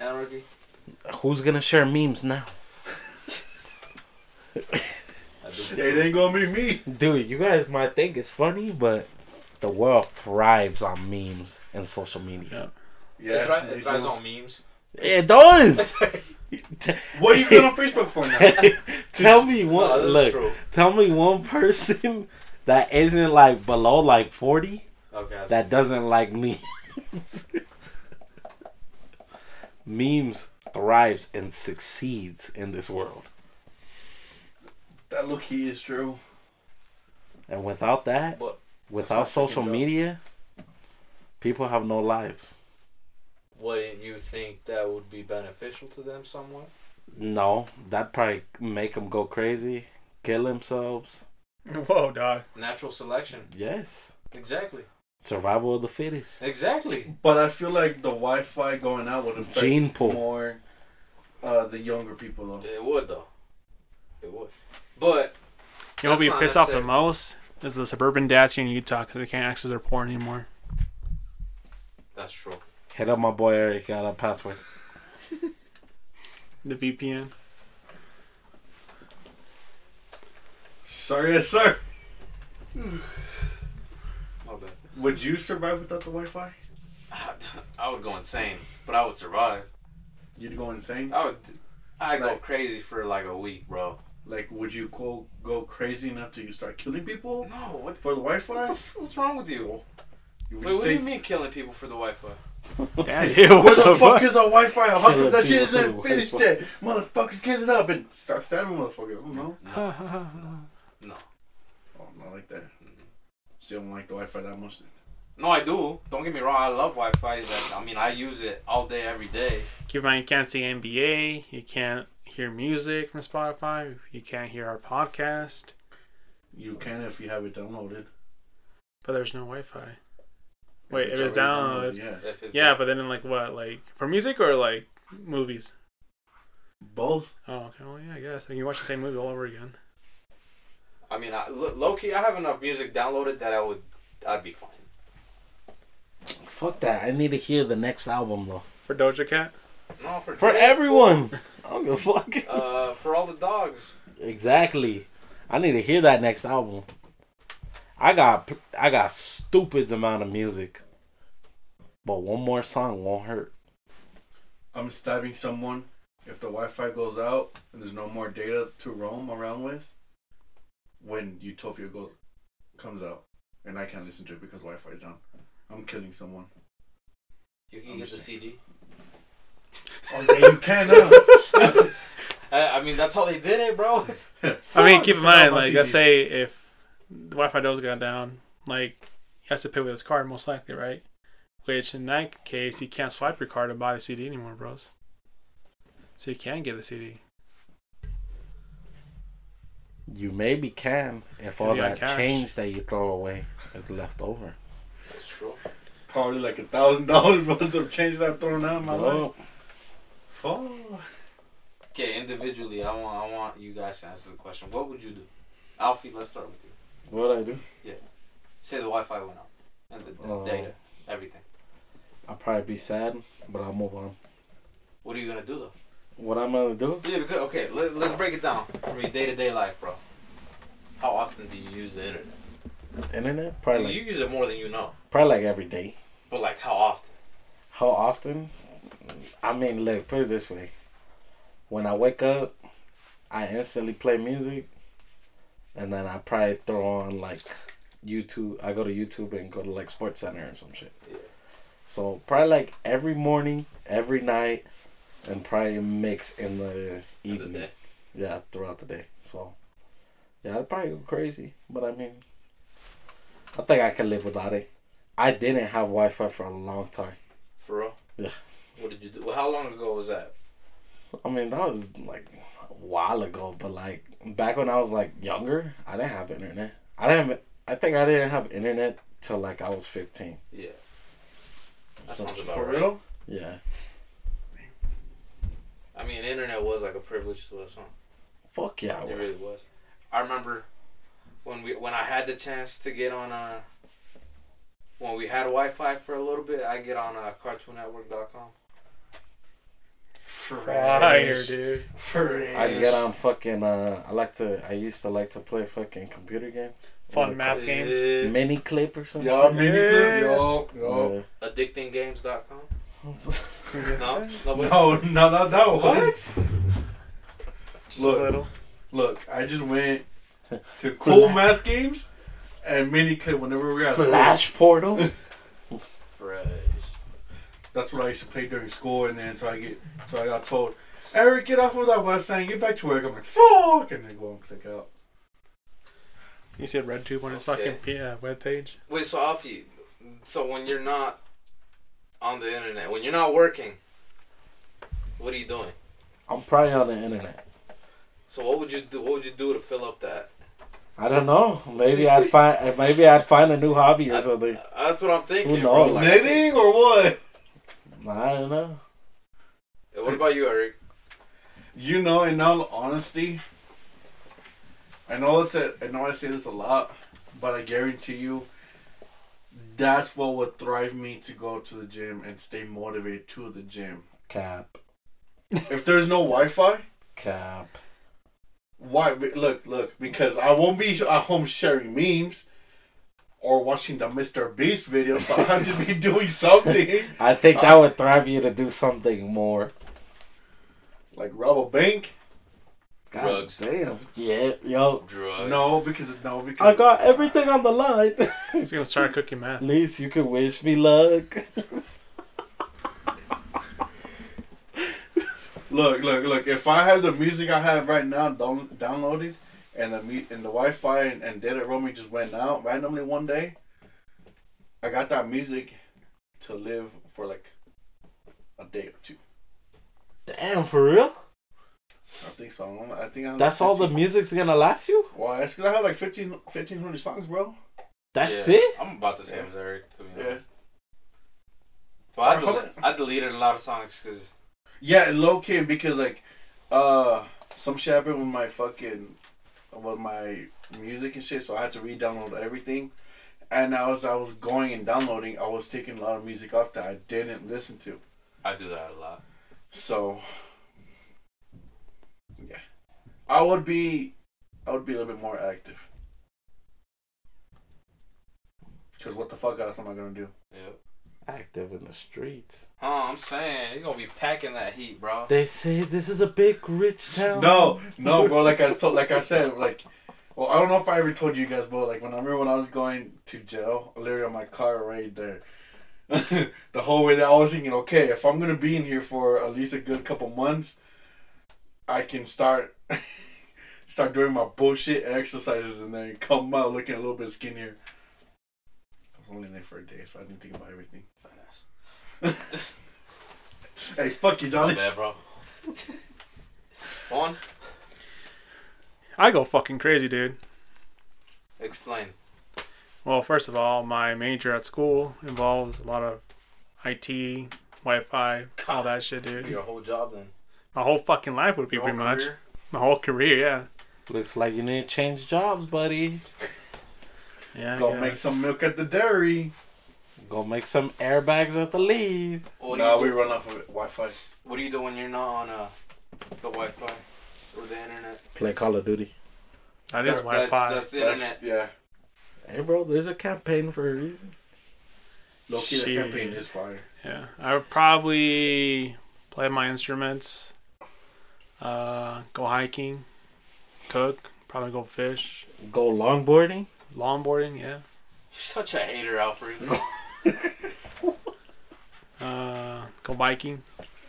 [SPEAKER 2] Anarchy.
[SPEAKER 1] Who's gonna share memes now?
[SPEAKER 3] It ain't gonna be me.
[SPEAKER 1] Dude, you guys might think it's funny, but the world thrives on memes and social media.
[SPEAKER 4] Yeah.
[SPEAKER 2] it, thri-
[SPEAKER 3] they
[SPEAKER 2] it thrives
[SPEAKER 3] do.
[SPEAKER 2] on memes.
[SPEAKER 1] It does.
[SPEAKER 3] What are you going on Facebook for now?
[SPEAKER 1] tell me one
[SPEAKER 2] No, this is
[SPEAKER 1] look.
[SPEAKER 2] true.
[SPEAKER 1] Tell me one person that isn't like below like forty
[SPEAKER 2] Okay. That's
[SPEAKER 1] that doesn't like memes. memes thrives and succeeds in this world,
[SPEAKER 3] that look he is true.
[SPEAKER 1] and without that,
[SPEAKER 2] But
[SPEAKER 1] without social
[SPEAKER 3] joke.
[SPEAKER 1] media, people have no lives.
[SPEAKER 2] wouldn't you think that would be beneficial to them somewhat?
[SPEAKER 1] No, that probably make them go crazy, kill themselves.
[SPEAKER 4] Whoa, dog.
[SPEAKER 2] Natural selection.
[SPEAKER 1] Yes,
[SPEAKER 2] Exactly.
[SPEAKER 1] survival of the fittest.
[SPEAKER 2] Exactly.
[SPEAKER 3] But I feel like the Wi Fi going out would affect
[SPEAKER 1] Gene pool.
[SPEAKER 3] more uh, the younger people, though.
[SPEAKER 2] It would though. It would. But
[SPEAKER 4] You know what
[SPEAKER 2] That's
[SPEAKER 4] would be
[SPEAKER 2] not
[SPEAKER 4] pissed off the
[SPEAKER 2] necessary.
[SPEAKER 4] most is the suburban dads here in Utah because they can't access their porn anymore.
[SPEAKER 2] that's true.
[SPEAKER 1] Hit up my boy Eric got a password.
[SPEAKER 4] The VPN.
[SPEAKER 3] Sorry, yes, sir.
[SPEAKER 2] My bad.
[SPEAKER 3] Would you survive without the Wi Fi?
[SPEAKER 2] I would go insane, but I would survive.
[SPEAKER 3] You'd go insane.
[SPEAKER 2] I would. I would go
[SPEAKER 3] Like-
[SPEAKER 2] crazy for like a week, bro.
[SPEAKER 3] Like, would you go go crazy enough to you start killing people
[SPEAKER 2] No. What?
[SPEAKER 3] for the Wi
[SPEAKER 2] What the
[SPEAKER 3] Fi?
[SPEAKER 2] f- what's wrong with you?
[SPEAKER 3] You
[SPEAKER 2] Wait,
[SPEAKER 3] would
[SPEAKER 2] what do
[SPEAKER 3] say-
[SPEAKER 2] you mean killing people for the Wi-Fi?
[SPEAKER 4] Damn.
[SPEAKER 5] Yeah,
[SPEAKER 3] Where
[SPEAKER 5] what
[SPEAKER 3] the fuck
[SPEAKER 5] fuck?
[SPEAKER 3] is our Wi-Fi? How come
[SPEAKER 1] Filipino
[SPEAKER 3] that shit isn't
[SPEAKER 1] people.
[SPEAKER 3] finished yet? Motherfuckers, get it up and start stabbing motherfuckers. I don't know.
[SPEAKER 2] No.
[SPEAKER 5] Mm-hmm.
[SPEAKER 3] Oh, I'm not like that. Still don't like the Wi-Fi that much.
[SPEAKER 2] No, I do. Don't get me wrong. I love Wi-Fi. Like, I mean, I use it all day, every day.
[SPEAKER 4] Keep in mind, you can't see NBA. You can't hear music from Spotify. You can't hear our podcast.
[SPEAKER 3] You can if you have it downloaded.
[SPEAKER 4] But there's no Wi Fi. Wait, if
[SPEAKER 3] If
[SPEAKER 4] it's
[SPEAKER 3] already
[SPEAKER 4] downloaded-
[SPEAKER 3] yeah.
[SPEAKER 2] If it's
[SPEAKER 4] Yeah, but then in like what? Like for music or like movies?
[SPEAKER 3] Both.
[SPEAKER 4] Oh, okay. Well, yeah, I guess. I can watch the same movie all over again.
[SPEAKER 2] I mean, I, lo- low key, I have enough music downloaded that I would, I'd be fine.
[SPEAKER 1] Fuck that. I need to hear the next album though.
[SPEAKER 4] For Doja Cat?
[SPEAKER 2] No, for
[SPEAKER 1] For
[SPEAKER 2] Jay,
[SPEAKER 1] everyone. I don't give a fuck.
[SPEAKER 2] Uh, for all the dogs.
[SPEAKER 1] Exactly. I need to hear that next album. I got I got stupid amount of music. But one more song won't hurt.
[SPEAKER 3] I'm stabbing someone. If the Wi-Fi goes out and there's no more data to roam around with, when Utopia go, comes out, and I can't listen to it because Wi-Fi is down, I'm killing someone.
[SPEAKER 2] You can get the CD.
[SPEAKER 3] Oh yeah, you can now.
[SPEAKER 2] I, I mean, that's how they did it,
[SPEAKER 4] I
[SPEAKER 2] bro.
[SPEAKER 4] mean, keep in
[SPEAKER 3] Fuck, I forgot
[SPEAKER 4] mind,
[SPEAKER 3] my
[SPEAKER 4] like, let's
[SPEAKER 3] CDs.
[SPEAKER 4] say if the Wi Fi does go down, like, he has to pay with his card, most likely, right? Which in that case, you can't swipe your card to buy the CD anymore, bros. So you can get the CD.
[SPEAKER 1] You maybe can if
[SPEAKER 4] Yeah,
[SPEAKER 1] all
[SPEAKER 4] you got
[SPEAKER 1] that
[SPEAKER 4] cash.
[SPEAKER 1] change that you throw away is left over.
[SPEAKER 2] That's true.
[SPEAKER 3] Probably like a thousand dollars worth of change that I've thrown out in my life.
[SPEAKER 1] Oh,
[SPEAKER 3] Oh.
[SPEAKER 2] Okay, individually, I want, I want you guys to answer the question. What would you do, Alfie? Let's start with you.
[SPEAKER 1] what I do?
[SPEAKER 2] Say the Wi-Fi went out and the, the
[SPEAKER 1] Oh.
[SPEAKER 2] data, everything.
[SPEAKER 1] I'll probably be sad, but I'll move on.
[SPEAKER 2] What are you gonna do though?
[SPEAKER 1] What I'm gonna do?
[SPEAKER 2] Yeah, because okay, let, let's break it down from your day to day life, bro. How often do you use the internet?
[SPEAKER 1] Internet?
[SPEAKER 2] Like,
[SPEAKER 1] Probably like,
[SPEAKER 2] you use it more than you know,
[SPEAKER 1] probably like every day.
[SPEAKER 2] but like how often?
[SPEAKER 1] How often? I mean, look, put it this way. When I wake up, I instantly play music, and then I probably throw on like YouTube. I go to YouTube and go to like Sports Center or some shit.
[SPEAKER 2] Yeah.
[SPEAKER 1] So probably like every morning, every night, and probably mix in the
[SPEAKER 2] In the
[SPEAKER 1] evening.
[SPEAKER 2] day.
[SPEAKER 1] Yeah, throughout the day. So yeah, I'd probably go crazy, but I mean, I think I can live without it. I didn't have Wi-Fi for a long time.
[SPEAKER 2] For real?
[SPEAKER 1] Yeah.
[SPEAKER 2] What did you do? Well, how long ago was that?
[SPEAKER 1] I mean, that was like a while ago, but like back when I was like younger, I didn't have internet. I didn't. I think I didn't have internet till like I was fifteen.
[SPEAKER 2] Yeah. That
[SPEAKER 1] So-
[SPEAKER 2] sounds about
[SPEAKER 3] For
[SPEAKER 2] right.
[SPEAKER 3] real?
[SPEAKER 1] Yeah.
[SPEAKER 2] I mean, internet was like a privilege to us, huh?
[SPEAKER 1] Fuck yeah. I
[SPEAKER 2] It
[SPEAKER 1] would.
[SPEAKER 2] really was. I remember when we when I had the chance to get on uh when we had Wi-Fi for a little bit, I get on uh, CartoonNetwork.com.
[SPEAKER 4] Fire, dude.
[SPEAKER 1] I get on fucking. Uh, I like to. I used to like to play fucking computer game. What
[SPEAKER 4] Fun
[SPEAKER 1] was it
[SPEAKER 4] math games.
[SPEAKER 1] called?
[SPEAKER 2] Yeah.
[SPEAKER 1] Mini clip or something.
[SPEAKER 3] Y'all mini
[SPEAKER 4] Yeah.
[SPEAKER 3] clip, y'all, y'all.
[SPEAKER 1] Yeah.
[SPEAKER 2] AddictingGames.com. No, no, wait.
[SPEAKER 3] No, no, not that one.
[SPEAKER 2] What?
[SPEAKER 4] Just
[SPEAKER 3] Look.
[SPEAKER 4] a little.
[SPEAKER 3] Look, I just went to cool
[SPEAKER 1] Flash-
[SPEAKER 3] math games and mini clip whenever we were at school.
[SPEAKER 1] Flash Portal.
[SPEAKER 2] Fresh.
[SPEAKER 3] That's what I used to play during school, and then until I get, until I got told, Eric, get off of that website and get back to work. I'm like, fuck, and then go and click out.
[SPEAKER 4] You said RedTube on his
[SPEAKER 2] Okay.
[SPEAKER 4] fucking p- uh, webpage.
[SPEAKER 2] Wait, so Alfie, so when you're not on the internet, when you're not working, what are you doing?
[SPEAKER 1] I'm probably on the internet.
[SPEAKER 2] So what would you do? What would you do to fill up that?
[SPEAKER 1] I don't know. Maybe I'd find. Maybe I'd find a new hobby or
[SPEAKER 2] That's, uh,
[SPEAKER 1] something.
[SPEAKER 2] that's what I'm thinking,
[SPEAKER 1] Who
[SPEAKER 2] bro.
[SPEAKER 1] knows?
[SPEAKER 2] Oh, Like,
[SPEAKER 3] Knitting or what?
[SPEAKER 1] I don't know.
[SPEAKER 2] What about you, Eric?
[SPEAKER 3] You know, in all honesty, I know this. I know I say this a lot, but I guarantee you, that's what would thrive me to go to the gym and stay motivated to the gym.
[SPEAKER 1] Cap.
[SPEAKER 3] If there's no Wi-Fi,
[SPEAKER 1] Cap.
[SPEAKER 3] why? Look, look, because I won't be at home sharing memes or watching the Mr. Beast video, so I have to be doing something
[SPEAKER 1] I think that would thrive you to do something more.
[SPEAKER 3] like rob a bank.
[SPEAKER 1] God
[SPEAKER 2] Drugs.
[SPEAKER 1] Damn. Yeah, yo.
[SPEAKER 2] Drugs.
[SPEAKER 3] No, because no, because
[SPEAKER 1] I got everything on the line.
[SPEAKER 4] He's gonna start cooking math.
[SPEAKER 1] At least you can wish me luck.
[SPEAKER 3] Look, look, look. If I have the music I have right now down, downloaded, and the me- and the Wi-Fi and, and data roaming just went out randomly one day, I got that music to live for like a day or two.
[SPEAKER 1] Damn, for real?
[SPEAKER 3] I think so. I'm- I think I'm
[SPEAKER 1] That's all the music's gonna last you?
[SPEAKER 3] Well, that's because I have like 15, 1,500 songs, bro.
[SPEAKER 1] That's
[SPEAKER 2] Yeah,
[SPEAKER 1] it?
[SPEAKER 2] I'm about the same
[SPEAKER 3] Yeah.
[SPEAKER 2] as Eric, to be
[SPEAKER 3] Yeah.
[SPEAKER 2] honest. But I,
[SPEAKER 3] I
[SPEAKER 2] del-
[SPEAKER 3] hope-
[SPEAKER 2] I deleted a lot of songs because
[SPEAKER 3] Yeah, and low key because like, uh, some shit happened with my fucking, with my music and shit. So I had to re-download everything, and as I was going and downloading, I was taking a lot of music off that I didn't listen to.
[SPEAKER 2] I do that a lot.
[SPEAKER 3] So, yeah, I would be, I would be a little bit more active. Cause what the fuck else am I gonna do?
[SPEAKER 2] Yep.
[SPEAKER 1] Active in the streets.
[SPEAKER 2] Oh, I'm saying you're gonna be packing that heat, bro.
[SPEAKER 1] They say this is a big rich town.
[SPEAKER 3] No, no, bro. Like I told, like I said, like, well, I don't know if I ever told you guys, but like when I remember when I was going to jail, literally on my car right there, the whole way there, I was thinking, okay, if I'm gonna be in here for at least a good couple months, I can start, start doing my bullshit exercises and then come out looking a little bit skinnier. I was only in there for a day, so I didn't think about everything.
[SPEAKER 2] Fat ass.
[SPEAKER 3] Hey, fuck you,
[SPEAKER 2] My
[SPEAKER 3] Johnny.
[SPEAKER 2] bad, bro. On.
[SPEAKER 4] I go fucking crazy, dude.
[SPEAKER 2] Explain.
[SPEAKER 4] Well, first of all, my major at school involves a lot of IT, Wi-Fi, all that shit, dude.
[SPEAKER 2] Your whole job then.
[SPEAKER 4] My whole fucking life would be
[SPEAKER 2] Your
[SPEAKER 4] pretty
[SPEAKER 2] whole
[SPEAKER 4] much
[SPEAKER 2] career?
[SPEAKER 4] my whole career. Yeah,
[SPEAKER 1] Looks like you need to change jobs, buddy.
[SPEAKER 4] yeah. I
[SPEAKER 3] Go make
[SPEAKER 4] guess.
[SPEAKER 3] some milk at the dairy.
[SPEAKER 1] Go make some airbags at the leave.
[SPEAKER 2] What do,
[SPEAKER 3] nah,
[SPEAKER 2] you
[SPEAKER 3] we
[SPEAKER 2] do,
[SPEAKER 3] run off of Wi-Fi.
[SPEAKER 2] what do you do when you're not on uh, the Wi-Fi or the internet?
[SPEAKER 1] Play Call of Duty.
[SPEAKER 4] That is
[SPEAKER 2] That's-
[SPEAKER 4] Wi-Fi.
[SPEAKER 2] That's, that's
[SPEAKER 3] That's-
[SPEAKER 2] internet.
[SPEAKER 3] Yeah.
[SPEAKER 1] Hey, bro, there's a campaign for a reason.
[SPEAKER 3] Loki, the
[SPEAKER 4] Shit.
[SPEAKER 3] campaign is fire.
[SPEAKER 4] Yeah, I would probably play my instruments, uh, go hiking, cook, probably go fish,
[SPEAKER 1] Go longboarding.
[SPEAKER 4] longboarding. Yeah,
[SPEAKER 2] You're such a hater, Alfred.
[SPEAKER 4] uh, go biking,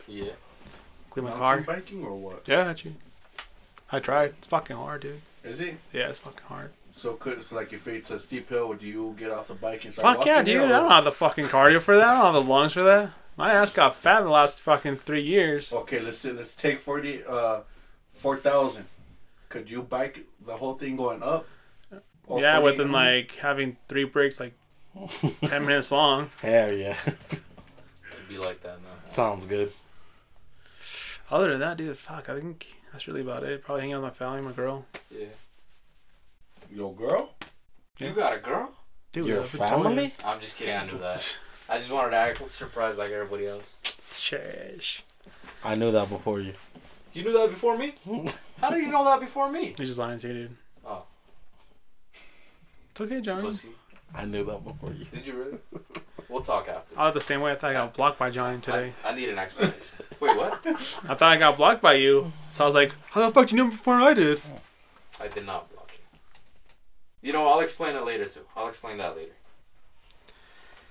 [SPEAKER 2] yeah.
[SPEAKER 4] clean my
[SPEAKER 3] Mountain
[SPEAKER 4] car.
[SPEAKER 3] biking or what?
[SPEAKER 4] Yeah, that's you. I tried. It's fucking hard, dude.
[SPEAKER 3] Is it?
[SPEAKER 4] Yeah, it's fucking hard.
[SPEAKER 3] So could so like if it's a steep hill, do you get off the bike and start
[SPEAKER 4] Fuck yeah,
[SPEAKER 3] walking it,
[SPEAKER 4] dude. I
[SPEAKER 3] or-
[SPEAKER 4] don't have the fucking cardio for that. I don't have the lungs for that. My ass got fat in the last fucking three years.
[SPEAKER 3] Okay, let's say, let's take forty uh four thousand. Could you bike the whole thing going up? Or
[SPEAKER 4] yeah,
[SPEAKER 3] 40
[SPEAKER 4] within like having three breaks, like ten minutes long.
[SPEAKER 1] Hell yeah.
[SPEAKER 2] It'd be like that now.
[SPEAKER 1] Sounds good.
[SPEAKER 4] Other than that, dude, fuck. I think that's really about it. Probably hang out with my family, my girl.
[SPEAKER 2] Yeah.
[SPEAKER 3] Yo, girl.
[SPEAKER 2] You got a girl?
[SPEAKER 4] Dude,
[SPEAKER 1] Your
[SPEAKER 4] I've been telling you.
[SPEAKER 1] family?
[SPEAKER 2] I'm just kidding. I knew that. I just wanted to act surprised like everybody else.
[SPEAKER 4] Trash.
[SPEAKER 1] I knew that before you.
[SPEAKER 2] You knew that before me? How did you know that before me?
[SPEAKER 4] He's just lying to you, dude.
[SPEAKER 2] Oh.
[SPEAKER 4] It's okay, Johnny.
[SPEAKER 2] Pussy.
[SPEAKER 1] I knew that before you.
[SPEAKER 2] Did you really? We'll talk after.
[SPEAKER 4] I thought the same way I thought I got blocked by Johnny today.
[SPEAKER 2] I, I need an explanation. Wait, what?
[SPEAKER 4] I thought I got blocked by you. So I was like, how the fuck do you know before I did?
[SPEAKER 2] I did not block you. You know, I'll explain it later too. I'll explain that later.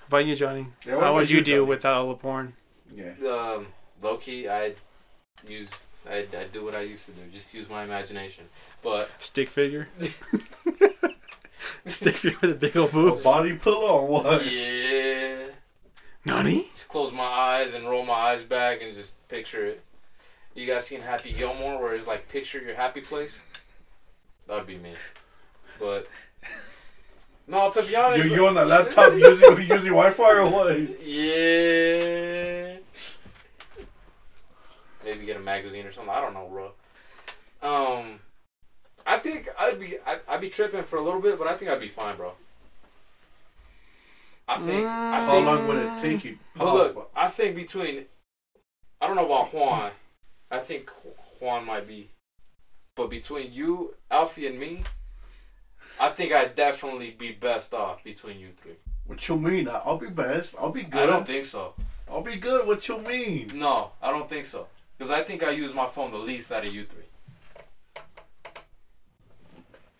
[SPEAKER 4] How about you, Johnny?
[SPEAKER 3] Yeah, what
[SPEAKER 4] how
[SPEAKER 3] about
[SPEAKER 4] would you,
[SPEAKER 3] you,
[SPEAKER 4] do
[SPEAKER 3] Johnny?
[SPEAKER 4] without all the porn?
[SPEAKER 3] Yeah.
[SPEAKER 2] Um, low key, I use I I do what I used to do. Just use my imagination. But
[SPEAKER 4] Stick figure? Stick figure with a big old boobs.
[SPEAKER 3] Body pillow or what?
[SPEAKER 2] yeah,
[SPEAKER 4] Nani?
[SPEAKER 2] just close my eyes and roll my eyes back and just picture it. You guys seen Happy Gilmore where it's like picture your happy place? That'd be me. But no, to be
[SPEAKER 3] You
[SPEAKER 2] honest,
[SPEAKER 3] you on that laptop using using Wi-Fi or what?
[SPEAKER 2] Yeah. Maybe get a magazine or something. I don't know, bro. Um, I think I'd be I, I'd be tripping for a little bit, but I think I'd be fine, bro. I think. I
[SPEAKER 3] How
[SPEAKER 2] think.
[SPEAKER 3] long would it take you?
[SPEAKER 2] But look, I think between. I don't know about Juan. I think Juan might be, but between you, Alfie, and me, I think I'd definitely be best off between you three.
[SPEAKER 3] What you mean? I- I'll be best. I'll be
[SPEAKER 2] I
[SPEAKER 3] good.
[SPEAKER 2] don't think so.
[SPEAKER 3] I'll be good. What you mean?
[SPEAKER 2] No, I don't think so. Because I think I use my phone the least out of you three.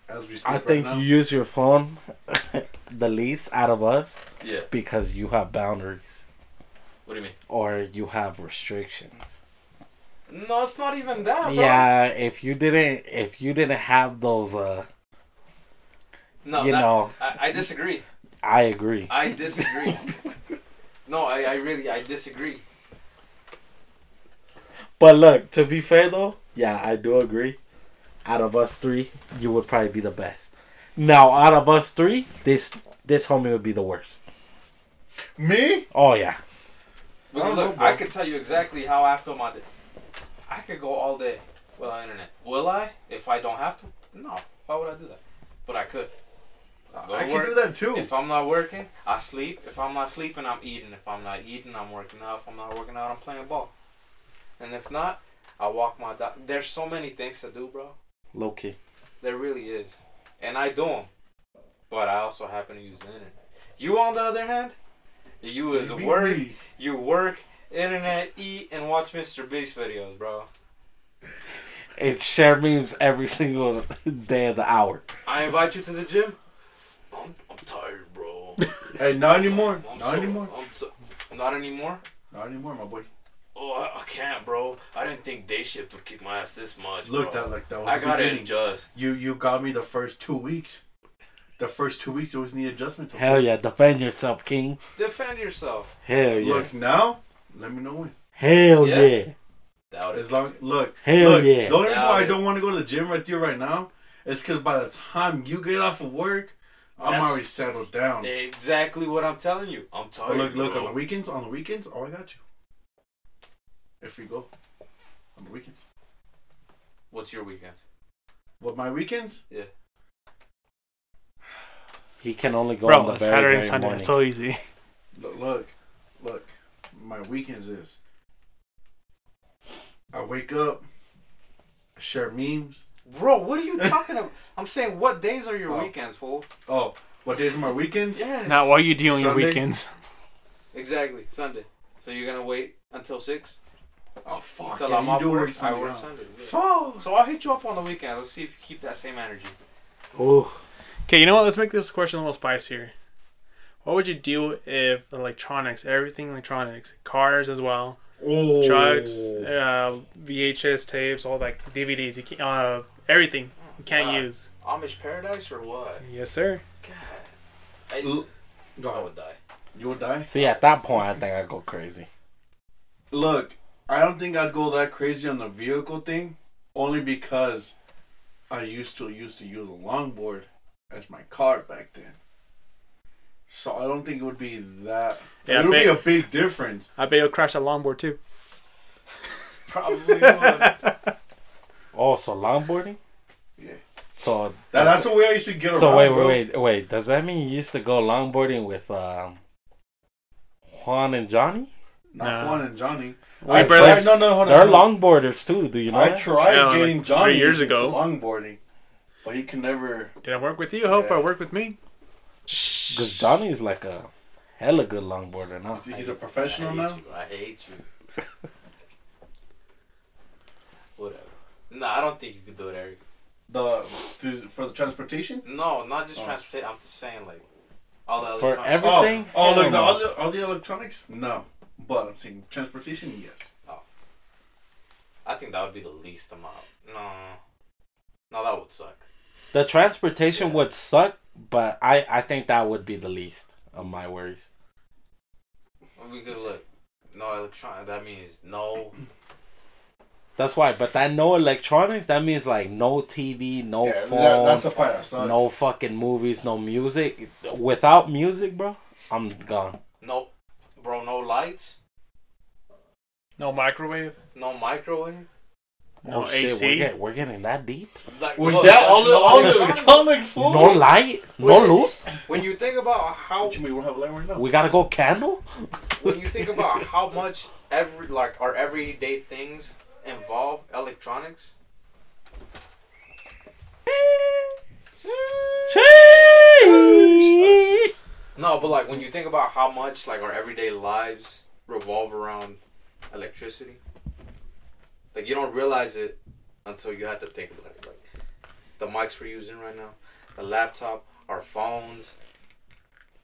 [SPEAKER 3] As we speak
[SPEAKER 1] I
[SPEAKER 3] right
[SPEAKER 1] think
[SPEAKER 3] now.
[SPEAKER 1] you use your phone the least out of us
[SPEAKER 2] Yeah.
[SPEAKER 1] because you have boundaries
[SPEAKER 2] What do you mean?
[SPEAKER 1] or you have restrictions.
[SPEAKER 2] No, it's not even that. Bro.
[SPEAKER 1] Yeah, if you didn't, if you didn't have those, uh,
[SPEAKER 2] No,
[SPEAKER 1] you
[SPEAKER 2] that-
[SPEAKER 1] know.
[SPEAKER 2] I, I disagree.
[SPEAKER 1] I agree.
[SPEAKER 2] I disagree. no, I, I really I disagree.
[SPEAKER 1] But look, to be fair though, yeah, I do agree. Out of us three, you would probably be the best. Now, out of us three, this this homie would be the worst.
[SPEAKER 3] Me?
[SPEAKER 1] Oh yeah,
[SPEAKER 2] Because
[SPEAKER 3] I don't
[SPEAKER 2] look,
[SPEAKER 3] know,
[SPEAKER 2] I
[SPEAKER 3] bro.
[SPEAKER 2] could tell you exactly how I feel my day. I could go all day without internet. Will I? If I don't have to? No. Why would I do that? But I could. I'll go
[SPEAKER 3] I
[SPEAKER 2] to
[SPEAKER 3] can
[SPEAKER 2] work.
[SPEAKER 3] do that too.
[SPEAKER 2] If I'm not working, I sleep. If I'm not sleeping, I'm eating. If I'm not eating, I'm working out. If I'm not working out, I'm playing ball. And if not, I walk my dog. There's so many things to do, bro.
[SPEAKER 1] low key.
[SPEAKER 2] There really is. And I do them. But I also happen to use the internet. You, on the other hand, you is
[SPEAKER 3] Maybe
[SPEAKER 2] work,
[SPEAKER 3] me.
[SPEAKER 2] you work, internet, eat, and watch Mr. Beast videos, bro.
[SPEAKER 1] It share memes every single day of the hour.
[SPEAKER 2] I invite you to the gym. I'm, I'm tired, bro.
[SPEAKER 3] Hey, not anymore.
[SPEAKER 2] I'm
[SPEAKER 3] Not
[SPEAKER 2] so-
[SPEAKER 3] anymore.
[SPEAKER 2] I'm so- not anymore.
[SPEAKER 3] Not anymore, my boy.
[SPEAKER 2] Oh, I, I can't, bro. I didn't think day shift would kick my ass this much.
[SPEAKER 3] Look,
[SPEAKER 2] bro.
[SPEAKER 3] that like that was
[SPEAKER 2] I
[SPEAKER 3] the
[SPEAKER 2] got it
[SPEAKER 3] beginning.
[SPEAKER 2] adjust.
[SPEAKER 3] You you got me the first two weeks. The first two weeks, it was me adjustment. to-
[SPEAKER 1] Hell yeah, defend yourself, King.
[SPEAKER 2] Defend yourself.
[SPEAKER 1] Hell yeah.
[SPEAKER 3] Look now, let me know when.
[SPEAKER 1] Hell
[SPEAKER 2] Yeah.
[SPEAKER 1] yeah.
[SPEAKER 2] Doubt
[SPEAKER 3] As long look,
[SPEAKER 1] Hell
[SPEAKER 3] look,
[SPEAKER 1] yeah.
[SPEAKER 3] The only reason why I
[SPEAKER 2] Now-
[SPEAKER 3] don't want to go to the gym right there right now is because by the time you get off of work, I'm
[SPEAKER 2] That's-
[SPEAKER 3] already settled down.
[SPEAKER 2] Exactly what I'm telling you. I'm tired.
[SPEAKER 3] But Oh, look, look
[SPEAKER 2] bro.
[SPEAKER 3] on the weekends. On the weekends, oh, I got you. If we go on the weekends,
[SPEAKER 2] What's your weekend?
[SPEAKER 3] well, my weekends,
[SPEAKER 1] He can only go on
[SPEAKER 4] Bro,
[SPEAKER 1] the
[SPEAKER 4] it's
[SPEAKER 1] very,
[SPEAKER 4] Saturday and
[SPEAKER 1] very
[SPEAKER 4] Sunday.
[SPEAKER 1] morning.
[SPEAKER 4] It's so easy.
[SPEAKER 3] look, look, look, my weekends is. I wake up, I share memes.
[SPEAKER 2] Bro, what are you talking about? I'm saying, what days are your
[SPEAKER 3] Oh.
[SPEAKER 2] weekends, fool?
[SPEAKER 3] Oh, what days are my weekends?
[SPEAKER 2] Yes.
[SPEAKER 4] Not what you do on your
[SPEAKER 3] Sunday?
[SPEAKER 4] weekends.
[SPEAKER 2] Exactly. Sunday. So you're gonna wait until six?
[SPEAKER 3] Oh fuck!
[SPEAKER 2] Until
[SPEAKER 3] yeah,
[SPEAKER 2] I'm
[SPEAKER 3] you
[SPEAKER 2] off
[SPEAKER 3] do
[SPEAKER 2] work. I
[SPEAKER 3] Sunday,
[SPEAKER 2] work
[SPEAKER 3] huh?
[SPEAKER 2] Sunday. yeah.
[SPEAKER 3] Fuck.
[SPEAKER 2] So I'll hit you up on the weekend. Let's see if you keep that same energy.
[SPEAKER 1] Ooh.
[SPEAKER 4] Okay, you know what? Let's make this question a little spicier. What would you do if electronics, everything electronics, cars as well,
[SPEAKER 3] Oh.
[SPEAKER 4] trucks, uh, VHS tapes, all like DVDs, you can't, uh, everything you can't
[SPEAKER 2] Uh,
[SPEAKER 4] use?
[SPEAKER 2] Amish paradise or what?
[SPEAKER 4] Yes, sir.
[SPEAKER 2] God. I,
[SPEAKER 3] L-
[SPEAKER 2] I
[SPEAKER 3] Go.
[SPEAKER 2] would die.
[SPEAKER 3] You would die.
[SPEAKER 1] See, at that point, I think I go crazy.
[SPEAKER 3] Look, I don't think I'd go that crazy on the vehicle thing, only because I used to used to use a longboard as my car back then. So I don't think it would be that.
[SPEAKER 4] Yeah,
[SPEAKER 3] it would
[SPEAKER 4] big-
[SPEAKER 3] be a big difference.
[SPEAKER 4] I bet you'll crash that longboard too.
[SPEAKER 2] Probably would.
[SPEAKER 1] Oh, so longboarding?
[SPEAKER 3] Yeah.
[SPEAKER 1] So
[SPEAKER 3] That, that's the way I used to get around.
[SPEAKER 1] So wait,
[SPEAKER 3] bro.
[SPEAKER 1] wait, wait, wait. Does that mean you used to go longboarding with um, Juan and Johnny?
[SPEAKER 3] Not
[SPEAKER 4] Nah.
[SPEAKER 3] Juan and Johnny.
[SPEAKER 4] Wait,
[SPEAKER 3] I
[SPEAKER 4] bro,
[SPEAKER 3] tried,
[SPEAKER 4] that's-
[SPEAKER 3] no, no, hold on.
[SPEAKER 1] They're
[SPEAKER 3] hold on.
[SPEAKER 1] longboarders too. Do you know?
[SPEAKER 3] I
[SPEAKER 1] that?
[SPEAKER 3] tried
[SPEAKER 4] Yeah, like
[SPEAKER 3] getting
[SPEAKER 4] three
[SPEAKER 3] Johnny
[SPEAKER 4] years
[SPEAKER 3] into
[SPEAKER 4] ago.
[SPEAKER 3] longboarding, but he can never.
[SPEAKER 4] Did I work with you? Hope
[SPEAKER 3] Yeah.
[SPEAKER 4] I work with me.
[SPEAKER 1] Because Johnny's like a hella good longboarder now.
[SPEAKER 3] He's a professional now.
[SPEAKER 2] I hate you. Whatever. No, I don't think you could do it, Eric.
[SPEAKER 3] The to, for the transportation.
[SPEAKER 2] No, not just
[SPEAKER 3] Oh.
[SPEAKER 2] transportation. I'm just saying, like, all the other
[SPEAKER 1] For
[SPEAKER 2] times.
[SPEAKER 1] every-
[SPEAKER 2] Oh,
[SPEAKER 1] Everything?
[SPEAKER 3] Oh, oh
[SPEAKER 1] Hell
[SPEAKER 3] like the,
[SPEAKER 1] no.
[SPEAKER 3] all, the, all the electronics? No. But I'm saying transportation, yes.
[SPEAKER 2] Oh, I think that would be the least amount. No. No, that would suck.
[SPEAKER 1] The transportation
[SPEAKER 2] Yeah.
[SPEAKER 1] would suck, but I I think that would be the least of my worries.
[SPEAKER 2] Because, look, no electronic, that means no.
[SPEAKER 1] That's why. But that no electronics. That means like no TV, no
[SPEAKER 3] yeah,
[SPEAKER 1] phone,
[SPEAKER 3] that- that's the part that sucks.
[SPEAKER 1] no fucking movies, no music. Without music, bro, I'm gone.
[SPEAKER 2] No. Bro, no lights.
[SPEAKER 4] No microwave.
[SPEAKER 2] No microwave.
[SPEAKER 4] No
[SPEAKER 1] oh shit,
[SPEAKER 4] AC.
[SPEAKER 1] we're, get, we're getting that deep.
[SPEAKER 2] Like,
[SPEAKER 3] Well,
[SPEAKER 2] look,
[SPEAKER 3] that
[SPEAKER 2] there's
[SPEAKER 3] all the,
[SPEAKER 2] no
[SPEAKER 3] all the
[SPEAKER 2] electronic.
[SPEAKER 3] electronics fool.
[SPEAKER 1] No light, no
[SPEAKER 2] Wait.
[SPEAKER 1] loose.
[SPEAKER 2] When you think about how
[SPEAKER 3] What you mean we don't have a light right now?
[SPEAKER 1] We gotta go candle.
[SPEAKER 2] when you think about how much every like our everyday things involve electronics,
[SPEAKER 1] Cheese.
[SPEAKER 2] no, but like when you think about how much like our everyday lives revolve around electricity, like you don't realize it until you have to think about it. Like the mics we're using right now, the laptop, our phones,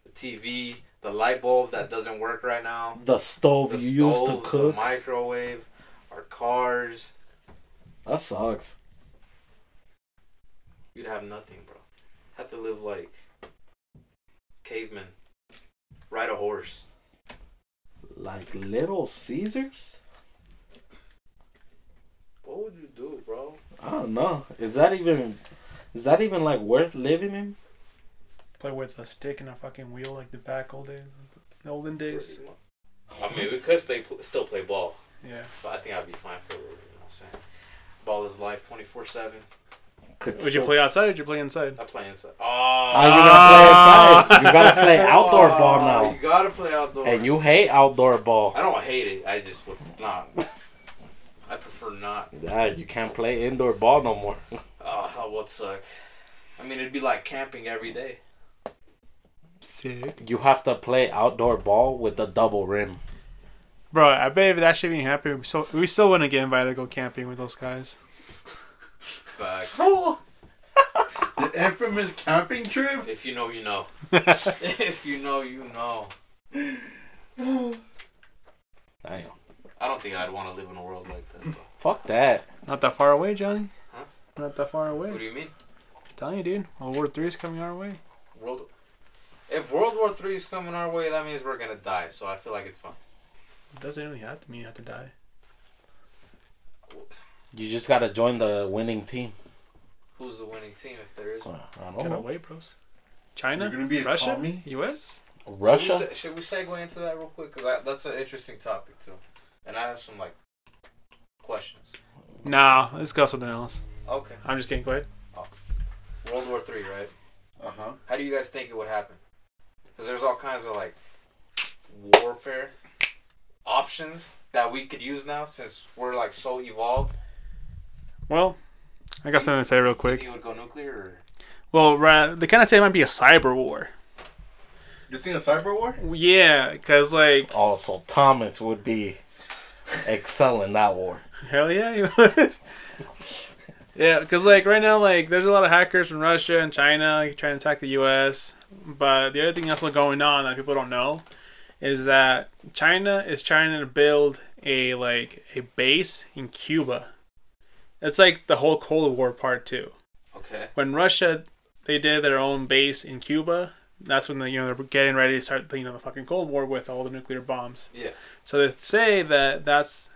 [SPEAKER 2] the TV, the light bulb that doesn't work right now,
[SPEAKER 1] The stove
[SPEAKER 2] the
[SPEAKER 1] you
[SPEAKER 2] stove,
[SPEAKER 1] used to cook.
[SPEAKER 2] the microwave, our cars.
[SPEAKER 1] That sucks.
[SPEAKER 2] You'd have nothing, bro. Have to live like cavemen. Ride a horse.
[SPEAKER 1] Like Little Caesars?
[SPEAKER 2] What would you do, bro?
[SPEAKER 1] I don't know. Is that even is that even like worth living in?
[SPEAKER 4] Play with a stick and a fucking wheel like the back old days, the olden days.
[SPEAKER 2] Pretty much. I mean, because they pl- still play ball,
[SPEAKER 4] Yeah.
[SPEAKER 2] so I think I'd be fine for a little. You know what I'm saying? Ball is life, 24 seven.
[SPEAKER 1] Could
[SPEAKER 4] Would you
[SPEAKER 1] still-
[SPEAKER 4] play outside or would you play inside?
[SPEAKER 2] I play inside. Oh,
[SPEAKER 1] Oh, you
[SPEAKER 4] Ah.
[SPEAKER 1] gotta play outside. You gotta play outdoor ball
[SPEAKER 2] Oh,
[SPEAKER 1] now.
[SPEAKER 2] You gotta play outdoor.
[SPEAKER 1] And you hate outdoor ball.
[SPEAKER 2] I don't hate it. I just would not. I prefer not.
[SPEAKER 1] Ah, you can't play indoor ball no more.
[SPEAKER 2] Oh, that would suck. I mean, it'd be like camping every day.
[SPEAKER 4] Sick.
[SPEAKER 1] You have to play outdoor ball with the double rim.
[SPEAKER 4] Bro, I bet if that shit didn't happen, we still, we still wouldn't get invited to go camping with those guys.
[SPEAKER 2] Fuck.
[SPEAKER 3] The infamous camping trip?
[SPEAKER 2] If you know, you know. if you know, you know.
[SPEAKER 1] Damn.
[SPEAKER 2] I don't think I'd want to live in a world like that, though.
[SPEAKER 1] Fuck that.
[SPEAKER 4] Not that far away, Johnny.
[SPEAKER 2] Huh?
[SPEAKER 4] Not that far
[SPEAKER 2] What do
[SPEAKER 4] away.
[SPEAKER 2] you mean?
[SPEAKER 4] I'm telling you, dude. World War Three is coming our way.
[SPEAKER 2] World. If World War Three is coming our way, that means we're gonna die. So I feel like it's fun.
[SPEAKER 4] It doesn't really have to mean you have to die.
[SPEAKER 1] You just gotta join the winning team.
[SPEAKER 2] Who's the winning team if there is?
[SPEAKER 1] Uh,
[SPEAKER 2] one?
[SPEAKER 1] I don't
[SPEAKER 4] Get
[SPEAKER 1] know.
[SPEAKER 4] away, bros. China?
[SPEAKER 3] Oh. You're gonna be a
[SPEAKER 4] Russia?
[SPEAKER 3] commie?
[SPEAKER 4] U.S.?
[SPEAKER 1] Russia?
[SPEAKER 2] Should we, se- should we segue into that real quick? Cause I, that's an interesting topic too, and I have some like questions.
[SPEAKER 4] Nah, let's go something else.
[SPEAKER 2] Okay,
[SPEAKER 4] I'm just kidding. Go ahead.
[SPEAKER 2] World War Three, right?
[SPEAKER 3] Uh huh.
[SPEAKER 2] How do you guys think it would happen? Because there's all kinds of like warfare options that we could use now since we're like so evolved.
[SPEAKER 4] Well, I got something to say real
[SPEAKER 2] Do
[SPEAKER 4] quick.
[SPEAKER 2] you think it would go nuclear? Or?
[SPEAKER 4] Well, ra- they kind of say it might be a cyber war.
[SPEAKER 3] You think a cyber war?
[SPEAKER 4] Yeah, because, like,
[SPEAKER 1] Also, Thomas would be excelling that war.
[SPEAKER 4] hell yeah, you would. yeah, because, like, right now, like, there's a lot of hackers from Russia and China like, trying to attack the U.S. But the other thing that's going on that people don't know is that China is trying to build a, like, a base in Cuba. It's like the whole Cold War part, too.
[SPEAKER 2] Okay.
[SPEAKER 4] when Russia they did their own base in Cuba, that's when they, you know they're getting ready to start you know the fucking Cold War with all the nuclear bombs.
[SPEAKER 2] Yeah.
[SPEAKER 4] So they say that that's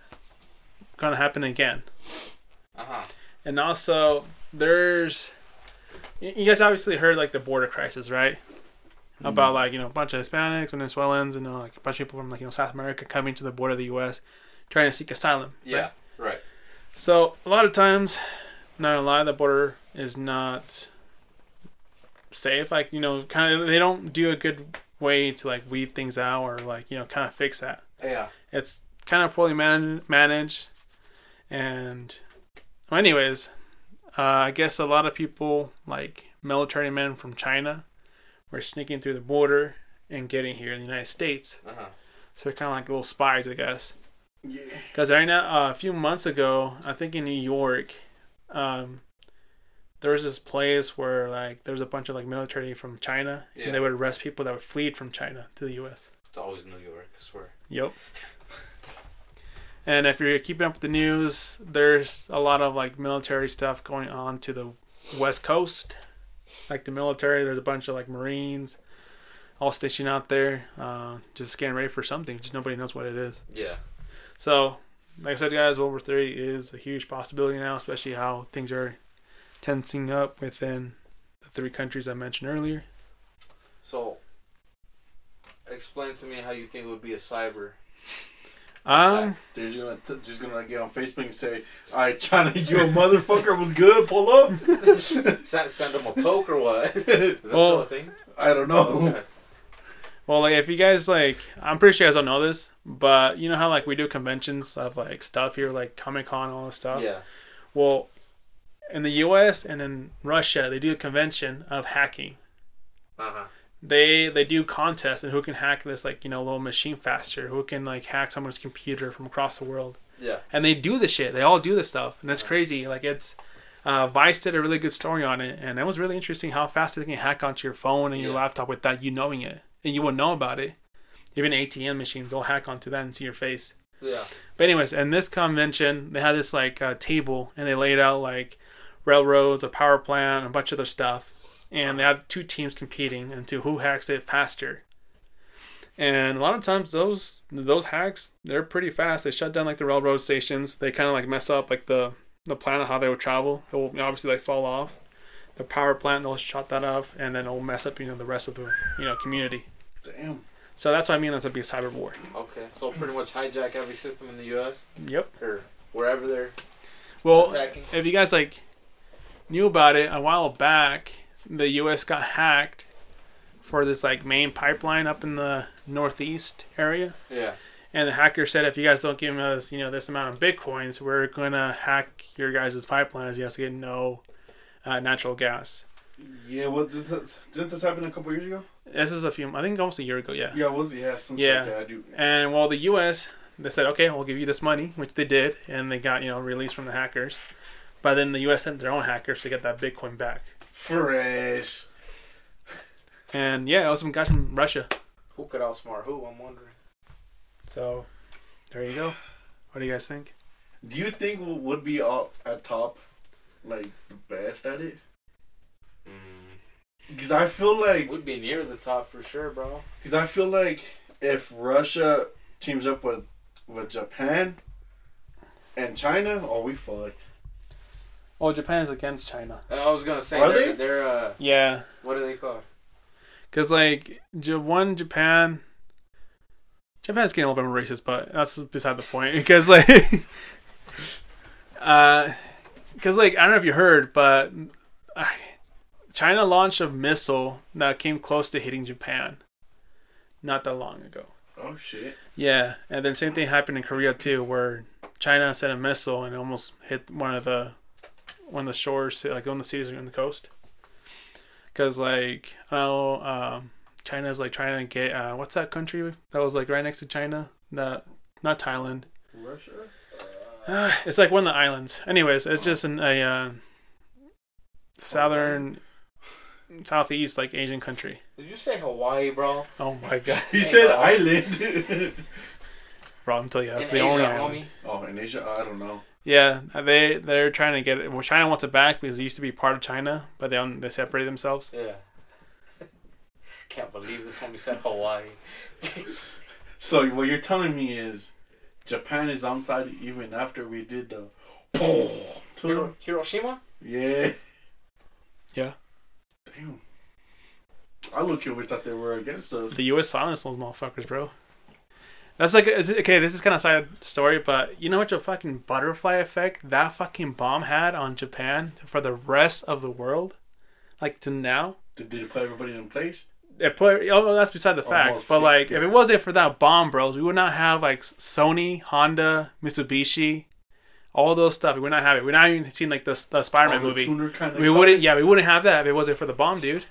[SPEAKER 4] gonna happen again.
[SPEAKER 2] Uh huh.
[SPEAKER 4] And also there's y- you guys obviously heard like the border crisis, right? About like you know a bunch of Hispanics, Venezuelans, and you know, like a bunch of people from like you know South America coming to the border of the U.S. trying to seek asylum. right?
[SPEAKER 2] Yeah. Right.
[SPEAKER 4] So a lot of times, not a lot of the border is not safe. Like you know, kind of they don't do a good way to like weave things out or like you know kind of fix that.
[SPEAKER 2] Yeah.
[SPEAKER 4] It's kind of poorly man- managed, and well, anyways, uh, I guess a lot of people like military men from China were sneaking through the border and getting here in the United States.
[SPEAKER 2] Uh huh.
[SPEAKER 4] So they're kind of like little spies, I guess.
[SPEAKER 3] Yeah.
[SPEAKER 4] Because right now, uh, a few months ago, I think in New York, um, there was this place where like there was a bunch of like military from China,
[SPEAKER 2] Yeah.
[SPEAKER 4] and they would arrest people that would flee from China to the U.S.
[SPEAKER 2] It's always New York. I swear.
[SPEAKER 4] Yep. and if you're keeping up with the news, there's a lot of like military stuff going on to the West Coast, like the military. There's a bunch of like Marines, all stationed out there, uh, just getting ready for something. Just nobody knows what it is.
[SPEAKER 2] Yeah.
[SPEAKER 4] So, like I said, guys, World War Three is a huge possibility now, especially how things are tensing up within the three countries I mentioned earlier.
[SPEAKER 2] So, explain to me how you think it would be a cyber.
[SPEAKER 4] Um,
[SPEAKER 3] They're just gonna t- just gonna get on Facebook and say, "Alright, China, you a motherfucker was good. Pull up."
[SPEAKER 2] Send, send them a poke or what? Is that still
[SPEAKER 4] Well-
[SPEAKER 2] a thing?
[SPEAKER 3] I don't know.
[SPEAKER 2] Okay.
[SPEAKER 4] well, like if you guys like, I'm pretty sure you guys don't know this, but you know how like we do conventions of like stuff here, like Comic Con, all this stuff.
[SPEAKER 2] Yeah.
[SPEAKER 4] Well, in the U.S. and in Russia, they do a convention of hacking.
[SPEAKER 2] Uh huh.
[SPEAKER 4] They they do contests and who can hack this like you know little machine faster, who can like hack someone's computer from across the world.
[SPEAKER 2] Yeah.
[SPEAKER 4] and they do this shit. They all do this stuff, and that's crazy. Like it's uh, Vice did a really good story on it, and it was really interesting how fast they can hack onto your phone and your
[SPEAKER 2] Yeah.
[SPEAKER 4] laptop without you knowing it, and you will know about it. Even ATM machines, they'll hack onto that and see your face.
[SPEAKER 2] Yeah.
[SPEAKER 4] But anyways, and this convention, they had this like uh, table, and they laid out like railroads, a power plant, a bunch of other stuff, and they had two teams competing into who hacks it faster. And a lot of times, those those hacks, they're pretty fast. They shut down like the railroad stations. They kind of like mess up like the the plan of how they would travel. It will obviously like fall off. The power plant, they'll shut that off, and then it'll mess up you know the rest of the you know community.
[SPEAKER 3] Damn.
[SPEAKER 4] So that's what I mean. That's a big cyber war.
[SPEAKER 2] Okay. So pretty much hijack every system in the U.S.
[SPEAKER 4] Yep.
[SPEAKER 2] or wherever they're
[SPEAKER 4] Well,
[SPEAKER 2] attacking.
[SPEAKER 4] if you guys like knew about it a while back, the U.S. got hacked for this like main pipeline up in the northeast area,
[SPEAKER 2] Yeah.
[SPEAKER 4] and the hacker said, if you guys don't give us you know this amount of bitcoins, we're gonna hack your guys' pipeline as you guys get no uh, natural gas.
[SPEAKER 3] Yeah, well, this, this- didn't this happen a couple years ago?
[SPEAKER 4] This is a few, I think, almost a year ago. Yeah.
[SPEAKER 3] Yeah, it was yeah, something
[SPEAKER 4] Yeah.
[SPEAKER 3] like that. I do.
[SPEAKER 4] And while the U.S. they said, okay, we'll give you this money, which they did, and they got you know released from the hackers. But then the U.S. sent their own hackers to get that bitcoin back.
[SPEAKER 3] Fresh.
[SPEAKER 4] And yeah, it was some guys from Russia.
[SPEAKER 2] Who could outsmart who? I'm wondering.
[SPEAKER 4] So there you go. What do you guys think?
[SPEAKER 3] Do you think we would be all at top, like the best at it?
[SPEAKER 4] Mm.
[SPEAKER 3] Because I feel like,
[SPEAKER 2] We'd be near the top for sure, bro.
[SPEAKER 3] because I feel like if Russia teams up with with Japan and China, oh, we fucked.
[SPEAKER 4] Oh, Japan is against China.
[SPEAKER 2] I was gonna say
[SPEAKER 3] Are
[SPEAKER 2] they're,
[SPEAKER 3] they?
[SPEAKER 2] they're uh
[SPEAKER 4] Yeah,
[SPEAKER 2] what are they called?
[SPEAKER 4] because like Ja- one Japan, Japan's getting a little bit more racist, but that's beside the point. Because like, uh, because like I don't know if you heard, but uh, China launched a missile that came close to hitting Japan, not that long ago.
[SPEAKER 3] Oh shit.
[SPEAKER 4] Yeah, and then same thing happened in Korea too, where China sent a missile and it almost hit one of the one of the shores, like on the seas on the coast. Because like I know um, China's like trying to get uh, what's that country that was like right next to China? Not not Thailand.
[SPEAKER 3] Russia.
[SPEAKER 4] Uh, it's like one of the islands. Anyways, it's just in a uh, southern, southeast like Asian country.
[SPEAKER 2] Did you say Hawaii, bro?
[SPEAKER 4] Oh my god,
[SPEAKER 3] He
[SPEAKER 2] Hey,
[SPEAKER 3] said
[SPEAKER 2] bro.
[SPEAKER 3] island.
[SPEAKER 4] bro! I'm telling you, that's
[SPEAKER 2] In
[SPEAKER 4] the
[SPEAKER 2] Asia,
[SPEAKER 4] only
[SPEAKER 2] homie.
[SPEAKER 4] island.
[SPEAKER 3] oh, in Asia, I don't know.
[SPEAKER 4] Yeah, they they're trying to get it. Well, China wants it back because it used to be part of China, but they own- they separated themselves.
[SPEAKER 2] Yeah. Can't believe this homie said Hawaii.
[SPEAKER 3] So what you're telling me is Japan is outside even after we did the
[SPEAKER 2] Hiro- Hiroshima?
[SPEAKER 3] Yeah.
[SPEAKER 4] Yeah.
[SPEAKER 3] Damn. I look curious that they were against us.
[SPEAKER 4] The U.S. silenced those motherfuckers, bro. That's like is it- okay. This is kind of side story, but you know what? Your fucking butterfly effect that fucking bomb had on Japan for the rest of the world, like to now.
[SPEAKER 3] Did they put everybody in place?
[SPEAKER 4] It put oh that's beside the fact,
[SPEAKER 3] Almost
[SPEAKER 4] but like if it wasn't for that bomb, bros, we would not have like Sony, Honda, Mitsubishi, all those stuff. We would not have it. We're not even seeing like the the Spider Man
[SPEAKER 3] All the
[SPEAKER 4] movie.
[SPEAKER 3] tuner kind of
[SPEAKER 4] we wouldn't
[SPEAKER 3] cars?
[SPEAKER 4] yeah we wouldn't have that if it wasn't for the bomb dude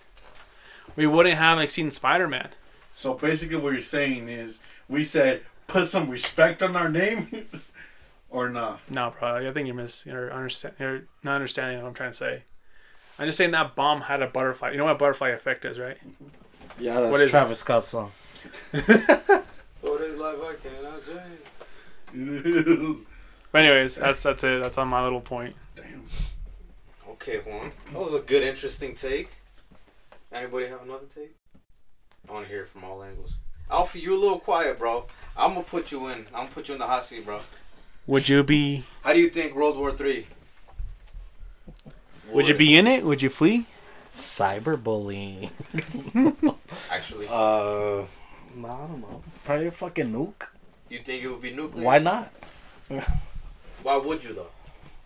[SPEAKER 4] we wouldn't have like seen spider-man
[SPEAKER 3] So basically what you're saying is we said put some respect on our name or not.
[SPEAKER 4] no bro i think you're mis you're, understand, you're not understanding what i'm trying to say i'm just saying that bomb had a butterfly you know what butterfly effect is right
[SPEAKER 1] Yeah, that's
[SPEAKER 4] What is it?
[SPEAKER 1] Travis Scott's song.
[SPEAKER 2] What is life I cannot change?
[SPEAKER 3] Damn.
[SPEAKER 4] but anyways that's that's it that's on my little point
[SPEAKER 2] Okay, Juan. That was a good, interesting take. Anybody have another take? I want to hear it from all angles. Alfie, you're a little quiet, bro. I'm gonna put you in. I'm gonna put you in the hot seat, bro.
[SPEAKER 4] would you be
[SPEAKER 2] How do you think World War Three?
[SPEAKER 4] would you be in it would you flee
[SPEAKER 1] Cyberbullying.
[SPEAKER 2] Actually,
[SPEAKER 1] Uh, no, I don't know. Probably a fucking nuke.
[SPEAKER 2] you think it would be nuclear?
[SPEAKER 1] Why not?
[SPEAKER 2] Why would you though?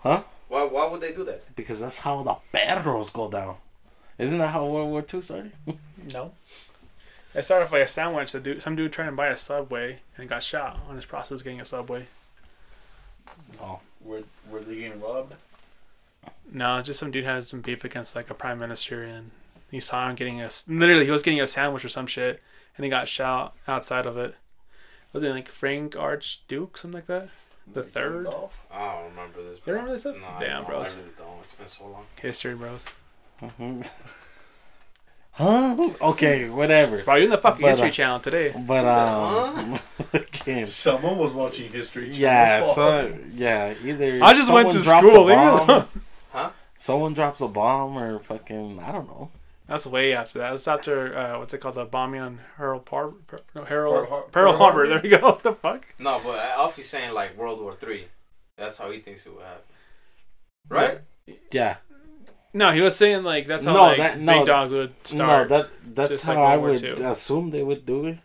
[SPEAKER 1] Huh?
[SPEAKER 2] Why? Why would they do that?
[SPEAKER 1] Because that's how the barrels go down. Isn't that how World War Two started?
[SPEAKER 4] no it started off like a sandwich that dude some dude trying to buy a subway and got shot on his process getting a subway
[SPEAKER 1] Oh,
[SPEAKER 3] Were, were they getting robbed?
[SPEAKER 4] No, it's just some dude had some beef against like a prime minister, and he saw him getting a literally he was getting a sandwich or some shit, and he got shot outside of it. Was it like Frank Archduke something like that? The
[SPEAKER 3] Like,
[SPEAKER 4] third?
[SPEAKER 3] Rudolph?
[SPEAKER 2] I don't remember this.
[SPEAKER 4] You remember this stuff?
[SPEAKER 2] No, I
[SPEAKER 4] Damn,
[SPEAKER 2] don't.
[SPEAKER 4] bro. Mm-hmm.
[SPEAKER 2] I really don't. It's been so long.
[SPEAKER 4] History, bros.
[SPEAKER 1] Mhm. Huh? Okay, whatever.
[SPEAKER 4] Bro, you're in the fucking
[SPEAKER 1] But,
[SPEAKER 4] History
[SPEAKER 1] uh,
[SPEAKER 4] Channel today.
[SPEAKER 1] But um,
[SPEAKER 2] huh?
[SPEAKER 1] again,
[SPEAKER 3] Someone was watching History Channel.
[SPEAKER 1] yeah,
[SPEAKER 3] Fuck.
[SPEAKER 1] so yeah, either
[SPEAKER 4] I just went
[SPEAKER 1] someone
[SPEAKER 4] to
[SPEAKER 1] drops a
[SPEAKER 4] school. Leave me
[SPEAKER 1] bomb-
[SPEAKER 4] alone.
[SPEAKER 1] Someone drops a bomb or fucking I don't know.
[SPEAKER 4] That's way after that. That's after uh, what's it called? The bombing on Harold Par- Par- no,
[SPEAKER 3] Pearl
[SPEAKER 4] Harold
[SPEAKER 3] Har-
[SPEAKER 4] Pearl
[SPEAKER 3] Pearl
[SPEAKER 4] Harbor.
[SPEAKER 3] Harbor?
[SPEAKER 4] There you go. What the fuck?
[SPEAKER 2] No, but Alfie's saying like World War Three. That's how he thinks it would happen. Right?
[SPEAKER 1] Yeah,
[SPEAKER 4] No, he was saying like that's how
[SPEAKER 1] No,
[SPEAKER 4] like,
[SPEAKER 1] that- no.
[SPEAKER 4] Big Dog would start.
[SPEAKER 1] no, that that's
[SPEAKER 4] just
[SPEAKER 1] how
[SPEAKER 4] like
[SPEAKER 1] I
[SPEAKER 4] World War Two.
[SPEAKER 1] would
[SPEAKER 4] Mm.
[SPEAKER 1] assume they would do it.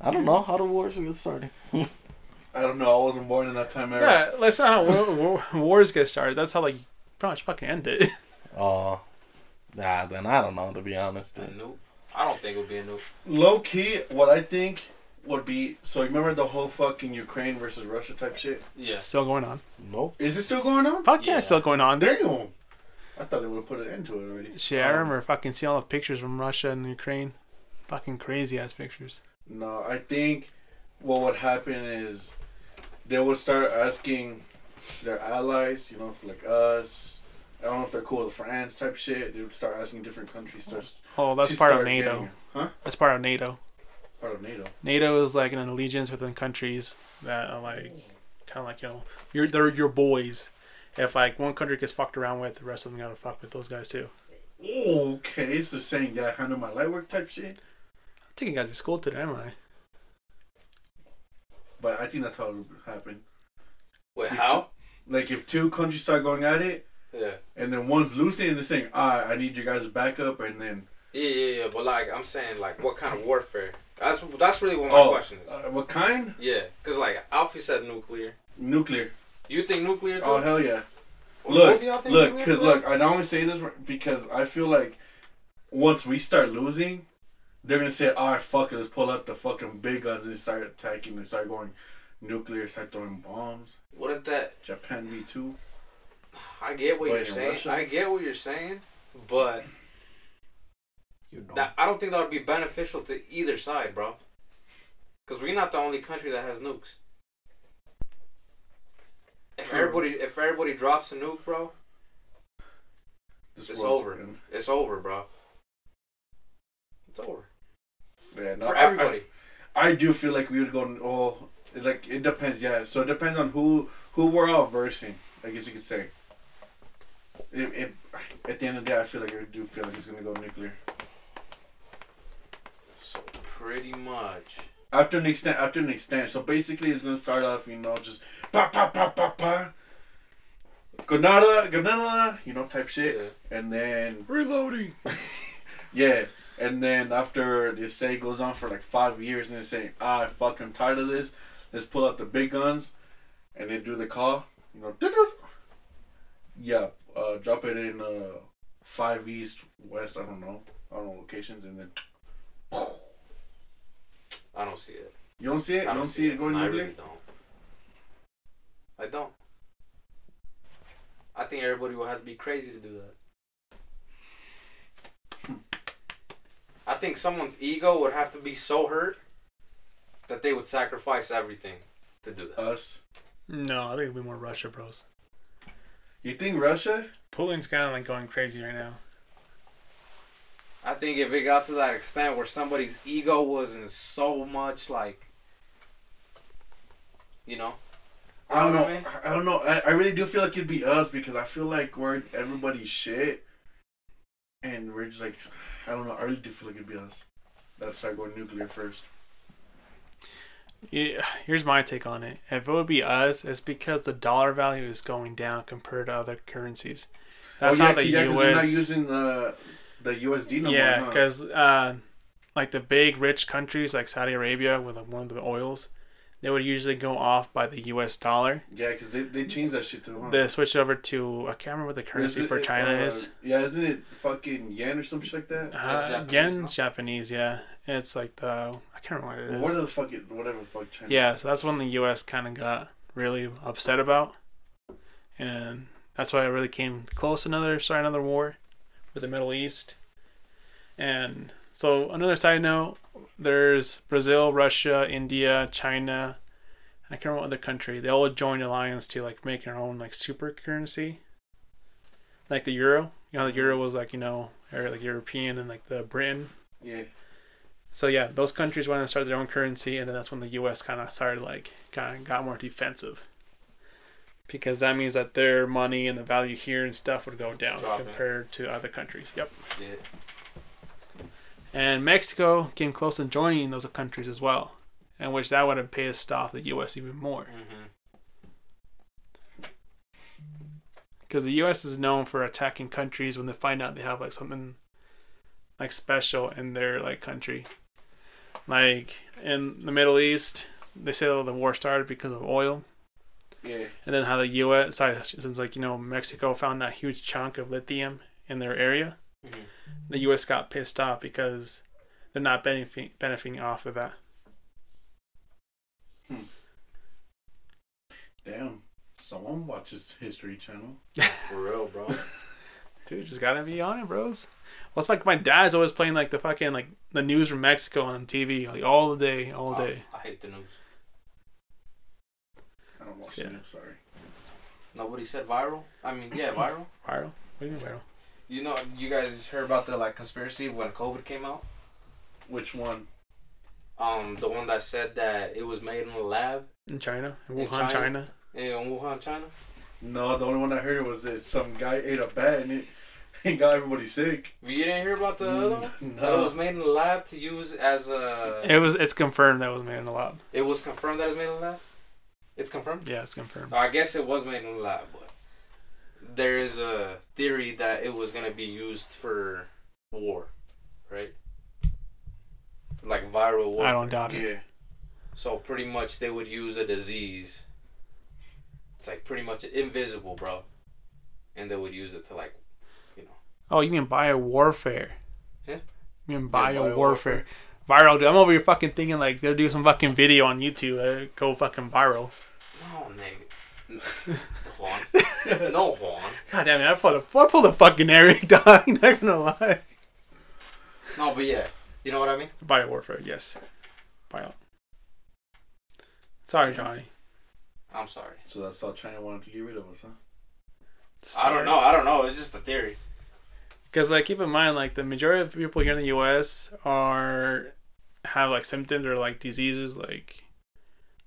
[SPEAKER 1] I don't know how the wars get started.
[SPEAKER 3] I don't know. I wasn't born in that time era.
[SPEAKER 4] yeah, that's not how war, war, wars get started. That's how like pretty much fucking end it.
[SPEAKER 1] Oh, nah, then I don't know to be honest.
[SPEAKER 2] A nuke. I don't think it would be a nuke.
[SPEAKER 3] Low key, what I think would be so. you Remember the whole fucking Ukraine versus Russia type shit.
[SPEAKER 2] Yeah.
[SPEAKER 4] Still going on.
[SPEAKER 1] Nope.
[SPEAKER 3] Is it still going on?
[SPEAKER 4] Fuck yeah,
[SPEAKER 2] Yeah.
[SPEAKER 4] it's still going on.
[SPEAKER 3] Damn. I thought they would have put an end to it already. Um,
[SPEAKER 4] Shit, I remember fucking seeing all the pictures from Russia and Ukraine. Fucking crazy ass pictures.
[SPEAKER 3] No, I think what would happen is they would start asking their allies, you know, like us. I don't know if they're cool with France type shit. They would start asking different countries. Start,
[SPEAKER 4] Oh,
[SPEAKER 3] to
[SPEAKER 4] that's part of
[SPEAKER 3] start
[SPEAKER 4] NATO.
[SPEAKER 3] getting- huh?
[SPEAKER 4] That's part of NATO.
[SPEAKER 3] Part of NATO.
[SPEAKER 4] NATO is like an allegiance within countries that are like kind of like you know you're they're your boys. If like one country gets fucked around with, the rest of them gotta fuck with those guys too.
[SPEAKER 3] Okay, so saying that I handle my light work type shit,
[SPEAKER 4] I'm taking guys to school today, am I?
[SPEAKER 3] but I think that's how it would happen.
[SPEAKER 2] Wait, how?
[SPEAKER 3] Like if two countries start going at it,
[SPEAKER 2] Yeah.
[SPEAKER 3] and then one's losing, and they're saying, "I, I need your guys' backup," and then
[SPEAKER 2] Yeah, yeah, yeah. But like, I'm saying, like, what kind of warfare? That's that's really what my
[SPEAKER 3] oh,
[SPEAKER 2] question is.
[SPEAKER 3] uh, what kind?
[SPEAKER 2] Yeah, cause like Alfie said nuclear.
[SPEAKER 3] Nuclear.
[SPEAKER 2] You think nuclear too?
[SPEAKER 3] Oh hell yeah.
[SPEAKER 2] Both
[SPEAKER 3] Look,
[SPEAKER 2] of y'all think
[SPEAKER 3] look,
[SPEAKER 2] nuclear
[SPEAKER 3] because
[SPEAKER 2] too?
[SPEAKER 3] look, I only say this because I feel like once we start losing, they're gonna say, "All right, fuck it, let's pull out the fucking big guns and start attacking and start going nuclear, start throwing bombs."
[SPEAKER 2] Wouldn't that?
[SPEAKER 3] Japan V two.
[SPEAKER 2] I get what
[SPEAKER 3] Wait,
[SPEAKER 2] you're
[SPEAKER 3] in
[SPEAKER 2] saying.
[SPEAKER 3] Russia?
[SPEAKER 2] I get what you're saying, but
[SPEAKER 1] You know.
[SPEAKER 2] that I don't think that would be beneficial to either side, bro. Cause we're not the only country that has nukes. If
[SPEAKER 4] True.
[SPEAKER 2] everybody, if everybody drops a nuke, bro,
[SPEAKER 3] This
[SPEAKER 2] it's
[SPEAKER 3] world's
[SPEAKER 2] over.
[SPEAKER 3] gonna-
[SPEAKER 2] It's over, bro. It's over
[SPEAKER 3] Yeah, no,
[SPEAKER 2] for
[SPEAKER 3] I- I-
[SPEAKER 2] everybody.
[SPEAKER 3] I do feel like we would go. Oh, it, like it depends. Yeah, so it depends on who who we're all versing. I guess you could say. It, it, at the end of the day, I feel like I do feel like it's gonna go nuclear.
[SPEAKER 2] So pretty much.
[SPEAKER 3] After an extent, after an extent. So basically, it's gonna start off, you know, just pa pa pa pa pa. Gonada, gonada, you know, type shit,
[SPEAKER 2] Yeah.
[SPEAKER 3] and then
[SPEAKER 4] Reloading.
[SPEAKER 3] yeah, and then after this say goes on for like five years, and they say, "Ah, fuck, I'm tired of this. Let's pull out the big guns," and they do the call, you know, yeah, uh, drop it in uh, five east, west, I don't know, I don't know locations, and then
[SPEAKER 2] I don't see it.
[SPEAKER 3] you don't see it,
[SPEAKER 2] I
[SPEAKER 3] you don't, see it going
[SPEAKER 2] I
[SPEAKER 3] nuclear.
[SPEAKER 2] really don't. I don't. I think everybody will have to be crazy to do that. I think someone's ego would have to be so hurt that they would sacrifice everything to do that.
[SPEAKER 3] Us,
[SPEAKER 4] No, I think it'd be more Russia, bros.
[SPEAKER 3] you think Russia?
[SPEAKER 4] Putin's kind of like going crazy right now.
[SPEAKER 2] I think if it got to that extent where somebody's ego wasn't so much like, you know,
[SPEAKER 3] I don't know.
[SPEAKER 2] what mean?
[SPEAKER 3] I don't know. I, I really do feel like it'd be us because I feel like we're everybody's shit, and we're just like, I don't know. I really do feel like it'd be us. Let's start going nuclear first.
[SPEAKER 4] Yeah, here's my take on it. If it would be us, it's because the dollar value is going down compared to other currencies. That's
[SPEAKER 3] Oh,
[SPEAKER 4] how
[SPEAKER 3] yeah,
[SPEAKER 4] the
[SPEAKER 3] yeah, 'cause we're not
[SPEAKER 4] U.S.
[SPEAKER 3] using the the USD no
[SPEAKER 4] yeah,
[SPEAKER 3] more. huh?
[SPEAKER 4] because uh, like the big rich countries like Saudi Arabia with like, one of the oils, they would usually go off by the U.S. dollar.
[SPEAKER 3] yeah, because they, they changed that shit to. Huh?
[SPEAKER 4] They switch over to I can't remember what the currency
[SPEAKER 3] Isn't
[SPEAKER 4] for
[SPEAKER 3] it,
[SPEAKER 4] China
[SPEAKER 3] uh,
[SPEAKER 4] is.
[SPEAKER 3] Yeah, isn't it fucking yen or some shit like that?
[SPEAKER 4] Uh,
[SPEAKER 2] Japanese,
[SPEAKER 4] yen,
[SPEAKER 2] no?
[SPEAKER 4] Japanese, yeah. It's like the I can't remember what
[SPEAKER 3] What
[SPEAKER 4] it is.
[SPEAKER 3] the fuck? It, whatever the fuck China.
[SPEAKER 4] Yeah, so that's when the U.S. kind of got really upset about, and that's why it really came close to another start another war with the Middle East. And so another side note, there's Brazil, Russia, India, China. I can't remember what other country. They all joined alliance to like make their own like super currency, like the euro. You know, the Euro was like you know, or like European and like the Britain.
[SPEAKER 3] Yeah.
[SPEAKER 4] So yeah, those countries wanted to start their own currency, and then that's when the U.S. kind of started like kind of got more defensive, because that means that their money and the value here and stuff would go down
[SPEAKER 2] Dropping.
[SPEAKER 4] compared to other countries. Yep.
[SPEAKER 2] Yeah.
[SPEAKER 4] And Mexico came close to joining those countries as well, in which that would have pissed off the U.S. even more,
[SPEAKER 2] Mm-hmm.
[SPEAKER 4] because the U.S. is known for attacking countries when they find out they have like something like special in their like country, like in the Middle East. They say that the war started because of oil.
[SPEAKER 3] Yeah.
[SPEAKER 4] and then how the U.S. Sorry, since like you know Mexico found that huge chunk of lithium in their area,
[SPEAKER 2] Mhm.
[SPEAKER 4] the U.S. got pissed off because they're not benefiting benefiting off of that.
[SPEAKER 3] Damn. Someone watches History Channel.
[SPEAKER 2] For real, bro.
[SPEAKER 4] Dude, just gotta be on it, bros. Well, it's like my dad's always playing like the fucking like the news from Mexico on TV like all day, all day.
[SPEAKER 2] I, I hate the news.
[SPEAKER 3] I don't watch
[SPEAKER 4] Yeah.
[SPEAKER 3] it. Sorry.
[SPEAKER 2] Nobody said viral. I mean, yeah, viral.
[SPEAKER 4] Viral. What do you mean viral?
[SPEAKER 2] You know, you guys heard about the like conspiracy when COVID came out.
[SPEAKER 3] Which one?
[SPEAKER 2] Um, the one that said that it was made in a lab
[SPEAKER 4] In China, in
[SPEAKER 2] In
[SPEAKER 4] Wuhan, China.
[SPEAKER 2] China. in Wuhan, China.
[SPEAKER 3] No, the only one I heard was that some guy ate a bat and it, it got everybody sick.
[SPEAKER 2] You didn't hear about the other one? That It was
[SPEAKER 3] Mm, No.
[SPEAKER 2] made in the lab to use as a.
[SPEAKER 4] It was. It's confirmed that was made in the lab.
[SPEAKER 2] It was confirmed that it was made in the lab. It's confirmed.
[SPEAKER 4] Yeah, it's confirmed.
[SPEAKER 2] I guess it was made in the lab, but there is a theory that it was gonna be used for war, right? Like viral war.
[SPEAKER 4] I don't doubt it.
[SPEAKER 3] Yeah.
[SPEAKER 2] So pretty much they would use a disease. It's like pretty much invisible, bro. And they would use it to like, you know.
[SPEAKER 4] Oh, you mean biowarfare?
[SPEAKER 2] Yeah.
[SPEAKER 4] You mean
[SPEAKER 3] Yeah,
[SPEAKER 4] biowarfare? viral, dude. I'm over here fucking thinking like they'll do some fucking video on YouTube that go fucking viral.
[SPEAKER 2] No, nigga. Juan. No, Juan.
[SPEAKER 4] God damn it! I pulled a, I pulled a fucking Eric, dog. Not gonna lie.
[SPEAKER 2] No, but yeah. You know what I mean?
[SPEAKER 4] Biowarfare, yes. Bio. Sorry, Johnny.
[SPEAKER 2] I'm sorry.
[SPEAKER 3] So that's how China wanted to get rid of us, huh?
[SPEAKER 2] I don't know. I don't know. It's just a theory.
[SPEAKER 4] Because like, keep in mind, like the majority of people here in the U.S. are have like symptoms or like diseases, like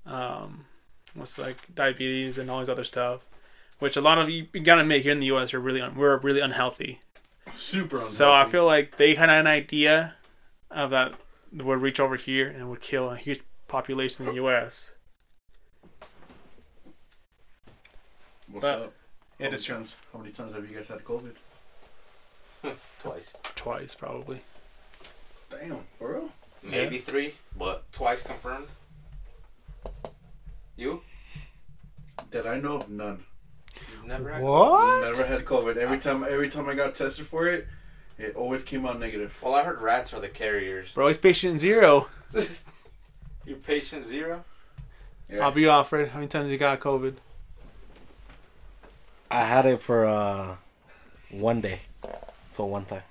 [SPEAKER 4] um, what's like diabetes and all these other stuff, which a lot of you, you gotta make here in the U.S. are really un- we're really unhealthy.
[SPEAKER 3] Super unhealthy.
[SPEAKER 4] So I feel like they had an idea of that would reach over here and would kill a huge population in the U.S.
[SPEAKER 3] What's
[SPEAKER 4] but-
[SPEAKER 3] up?
[SPEAKER 4] It
[SPEAKER 3] how
[SPEAKER 4] is
[SPEAKER 3] many
[SPEAKER 4] true.
[SPEAKER 3] times- How many times have you guys had COVID?
[SPEAKER 2] Twice.
[SPEAKER 4] twice probably.
[SPEAKER 3] Damn, for real?
[SPEAKER 2] Maybe three, but twice confirmed. You?
[SPEAKER 3] That I know of none.
[SPEAKER 2] You've never had
[SPEAKER 4] What?
[SPEAKER 3] Never had COVID. Every time, every time I got tested for it, it always came out negative.
[SPEAKER 2] Well, I heard rats are the carriers.
[SPEAKER 4] Bro, he's patient zero.
[SPEAKER 2] You're patient zero?
[SPEAKER 3] Yeah.
[SPEAKER 4] I'll be off, Fred. How many times you got COVID?
[SPEAKER 1] I had it for uh, one day. So one time.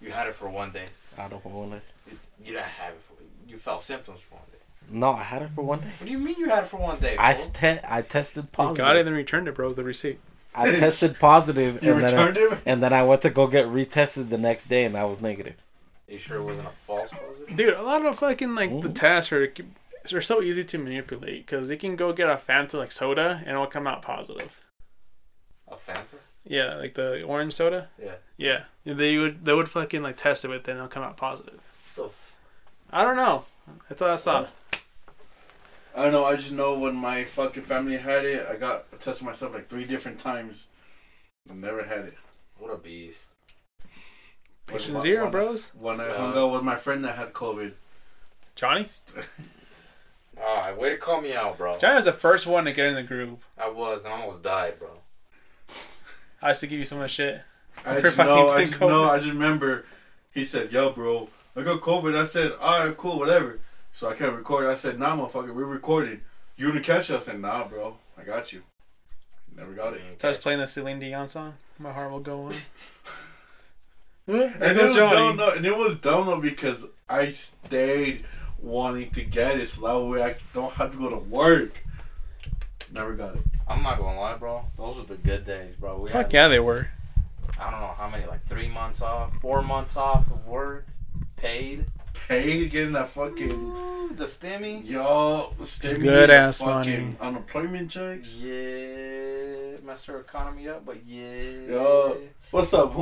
[SPEAKER 2] You had it for one day.
[SPEAKER 1] I had it for one day.
[SPEAKER 2] You, you didn't have it for You felt symptoms for one day.
[SPEAKER 1] No, I had it for one day.
[SPEAKER 2] What do you mean you had it for one day?
[SPEAKER 1] I,
[SPEAKER 2] fool?
[SPEAKER 1] te- I tested
[SPEAKER 4] You
[SPEAKER 1] positive.
[SPEAKER 4] got it and then returned it, bro. The receipt.
[SPEAKER 1] I tested positive
[SPEAKER 3] You
[SPEAKER 1] and then I,
[SPEAKER 3] returned it?
[SPEAKER 1] and then I went to go get retested the next day and I was negative.
[SPEAKER 2] you sure it wasn't a false positive?
[SPEAKER 4] Dude, a lot of fucking like the
[SPEAKER 1] Ooh.
[SPEAKER 4] tests are are so easy to manipulate because they can go get a Fanta like soda and it'll come out positive.
[SPEAKER 2] A Fanta?
[SPEAKER 4] Yeah, like the orange soda.
[SPEAKER 2] Yeah.
[SPEAKER 4] Yeah, they would they would fucking like test it with, then it'll come out positive.
[SPEAKER 2] The f-
[SPEAKER 4] I don't know. That's all I saw.
[SPEAKER 3] I don't know. I just know when my fucking family had it, I got tested myself like three different times. Never had it.
[SPEAKER 2] what a beast.
[SPEAKER 4] Patient
[SPEAKER 3] When-
[SPEAKER 4] zero,
[SPEAKER 3] when-
[SPEAKER 4] bros.
[SPEAKER 3] When I
[SPEAKER 2] Uh,
[SPEAKER 3] hung out with my friend that had COVID,
[SPEAKER 4] Johnny.
[SPEAKER 2] Alright, way to call me out, bro.
[SPEAKER 4] Johnny was the first one to get in the group.
[SPEAKER 2] I was and I almost died, bro.
[SPEAKER 4] I used to give you so much shit.
[SPEAKER 3] I
[SPEAKER 4] You're
[SPEAKER 3] just
[SPEAKER 4] fucking
[SPEAKER 3] know. I
[SPEAKER 4] getting
[SPEAKER 3] just know.
[SPEAKER 4] COVID.
[SPEAKER 3] I just remember. He said, "Yo, bro, I got COVID." I said, "All right, cool, whatever." So I can't record. I said, "Nah, motherfucker, we're recording. You gonna catch us?" I said, "Nah, bro, I got you." Never got it.
[SPEAKER 4] So I was playing the Celine Dion song. My heart will go on. and
[SPEAKER 3] And it was
[SPEAKER 4] there's
[SPEAKER 3] dumb
[SPEAKER 4] Johnny.
[SPEAKER 3] though, and it was dumb though because I stayed wanting to get it so that way I don't have to go to work. Never got it.
[SPEAKER 2] I'm not gonna lie, bro. Those were the good days, bro. We
[SPEAKER 4] Fuck
[SPEAKER 2] had,
[SPEAKER 4] yeah, they were.
[SPEAKER 2] I don't know how many, like three months off, four months off of work, paid.
[SPEAKER 3] Paid getting that fucking
[SPEAKER 2] Ooh, the stimmy.
[SPEAKER 3] y'all stimulus,
[SPEAKER 4] Good ass
[SPEAKER 3] fucking
[SPEAKER 4] money.
[SPEAKER 3] unemployment checks.
[SPEAKER 2] Yeah, messed our economy up, but yeah.
[SPEAKER 3] Yo, what's up,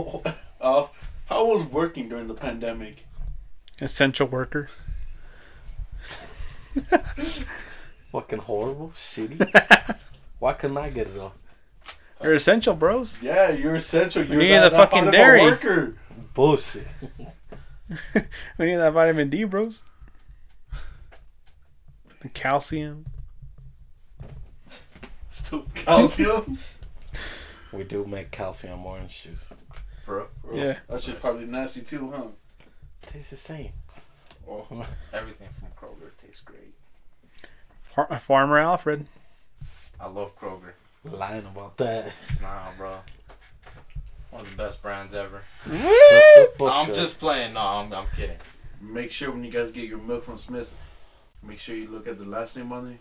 [SPEAKER 3] Alf? How was working during the pandemic?
[SPEAKER 4] Essential worker.
[SPEAKER 1] Fucking horrible, shitty. Why couldn't I get it off?
[SPEAKER 3] Oh.
[SPEAKER 4] You're essential, bros.
[SPEAKER 3] Yeah, you're essential. You're
[SPEAKER 4] need
[SPEAKER 3] that,
[SPEAKER 4] the
[SPEAKER 3] that
[SPEAKER 4] fucking
[SPEAKER 3] part of a
[SPEAKER 4] dairy.
[SPEAKER 3] worker.
[SPEAKER 1] Bullshit.
[SPEAKER 4] We need that vitamin D, bros. The calcium.
[SPEAKER 2] Stupid.
[SPEAKER 3] Calcium,
[SPEAKER 1] We do make calcium orange juice.
[SPEAKER 2] Bro,
[SPEAKER 3] Bro,
[SPEAKER 4] Yeah.
[SPEAKER 3] that shit probably nasty too, huh?
[SPEAKER 1] Tastes the same.
[SPEAKER 2] oh, everything from Kroger tastes great.
[SPEAKER 4] Far- uh, Farmer Alfred.
[SPEAKER 2] I love Kroger.
[SPEAKER 1] Lying about that.
[SPEAKER 2] Nah, bro. One of the best brands ever.
[SPEAKER 1] Fuck
[SPEAKER 2] I'm
[SPEAKER 1] that.
[SPEAKER 2] just playing. No, I'm, I'm kidding.
[SPEAKER 3] Make sure when you guys get your milk from Smith, make sure you look at the last name on it. It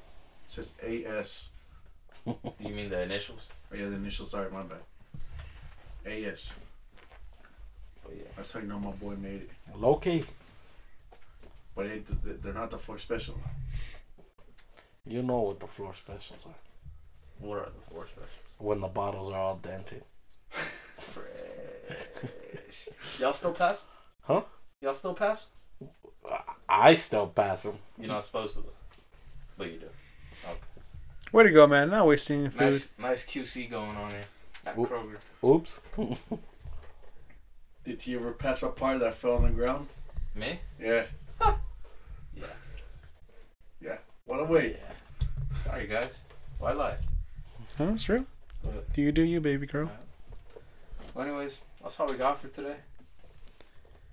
[SPEAKER 3] says A S.
[SPEAKER 2] Do you mean the initials?
[SPEAKER 3] Oh yeah, the initials. Sorry, my bad. A S.
[SPEAKER 2] But yeah.
[SPEAKER 3] That's how you know my boy made it.
[SPEAKER 1] low key.
[SPEAKER 3] But it, th- th- they're not the four special.
[SPEAKER 1] You know what the floor specials are.
[SPEAKER 2] What are the four specials?
[SPEAKER 1] When the bottles are all dented.
[SPEAKER 2] Fresh. Y'all still pass?
[SPEAKER 1] Huh?
[SPEAKER 2] Y'all still pass?
[SPEAKER 1] I still pass them.
[SPEAKER 2] You're not supposed to, but you do.
[SPEAKER 4] Way to go, man. Not wasting your food.
[SPEAKER 2] Nice, nice QC going on here at
[SPEAKER 1] Whoop.
[SPEAKER 2] Kroger.
[SPEAKER 1] Oops.
[SPEAKER 3] Did you ever pass a pie that fell on the ground?
[SPEAKER 2] Me?
[SPEAKER 3] Yeah.
[SPEAKER 2] Yeah.
[SPEAKER 3] Yeah. What a way.
[SPEAKER 2] Sorry, guys. Why lie?
[SPEAKER 4] Huh, that's true.
[SPEAKER 2] But-
[SPEAKER 4] Do you do you, baby girl?
[SPEAKER 2] Well, anyways, that's all we got for today.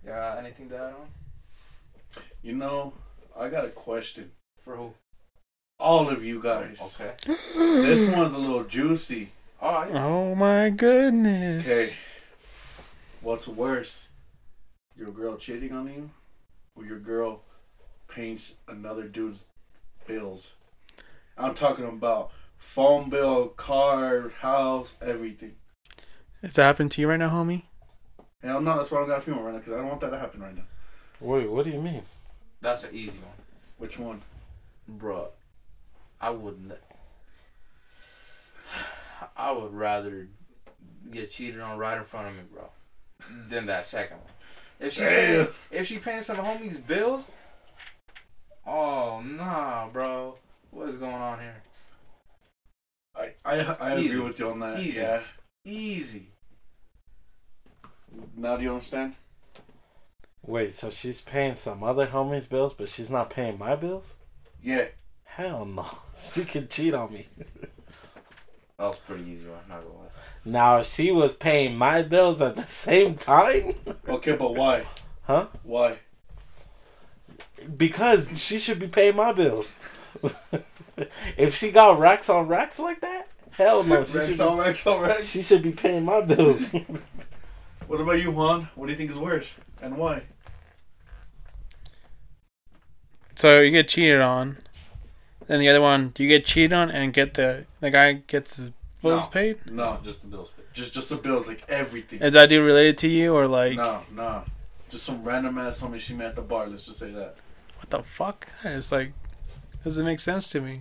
[SPEAKER 2] Yeah, anything to add on?
[SPEAKER 3] You know, I got a question.
[SPEAKER 2] For who?
[SPEAKER 3] All of you guys.
[SPEAKER 2] Okay.
[SPEAKER 3] This one's a little juicy.
[SPEAKER 2] All right.
[SPEAKER 4] Oh my goodness.
[SPEAKER 3] Okay. What's worse? Your girl cheating on you? Or your girl paints another dude's bills? I'm talking about phone bill, car, house, everything.
[SPEAKER 4] Is that happening to you right now, homie?
[SPEAKER 3] Hell no, that's why I don't got a funeral right now because I don't want that to happen right now.
[SPEAKER 1] Wait, what do you mean?
[SPEAKER 2] That's an easy one,
[SPEAKER 3] Which one?
[SPEAKER 2] Bruh, I would. Ne- I would rather get cheated on right in front of me, bro, than that second one. If she
[SPEAKER 3] Damn.
[SPEAKER 2] if she paying some homies bills, oh nah, bro, what is going on here?
[SPEAKER 3] I, I, I
[SPEAKER 2] Easy.
[SPEAKER 3] agree with you on that.
[SPEAKER 2] Easy.
[SPEAKER 3] Yeah.
[SPEAKER 2] Easy.
[SPEAKER 3] Now do you understand?
[SPEAKER 1] Wait, so she's paying some other homie's bills, but she's not paying my bills?
[SPEAKER 3] Yeah.
[SPEAKER 1] Hell no. She could cheat on me.
[SPEAKER 2] That was pretty easy one. Not gonna lie.
[SPEAKER 1] Now, if she was paying my bills at the same time?
[SPEAKER 3] Okay, but why?
[SPEAKER 1] Huh?
[SPEAKER 3] Why?
[SPEAKER 1] Because she should be paying my bills. if she got racks on racks like that, hell no. She,
[SPEAKER 3] Rex
[SPEAKER 1] should,
[SPEAKER 3] on Rex on
[SPEAKER 1] be,
[SPEAKER 3] Rex.
[SPEAKER 1] she should be paying my bills.
[SPEAKER 3] What about you, Juan? What do you think is worse? And why?
[SPEAKER 4] So you get cheated on. Then the other one, do you get cheated on and get the the guy gets his bills
[SPEAKER 2] No.
[SPEAKER 4] paid?
[SPEAKER 3] No.
[SPEAKER 2] just the bills. Paid.
[SPEAKER 3] Just just the bills, like everything.
[SPEAKER 4] Is that dude related to you or like
[SPEAKER 3] No, no. Just some random ass homie she met at the bar. Let's just say that.
[SPEAKER 4] what the fuck? It's like doesn't make sense to me.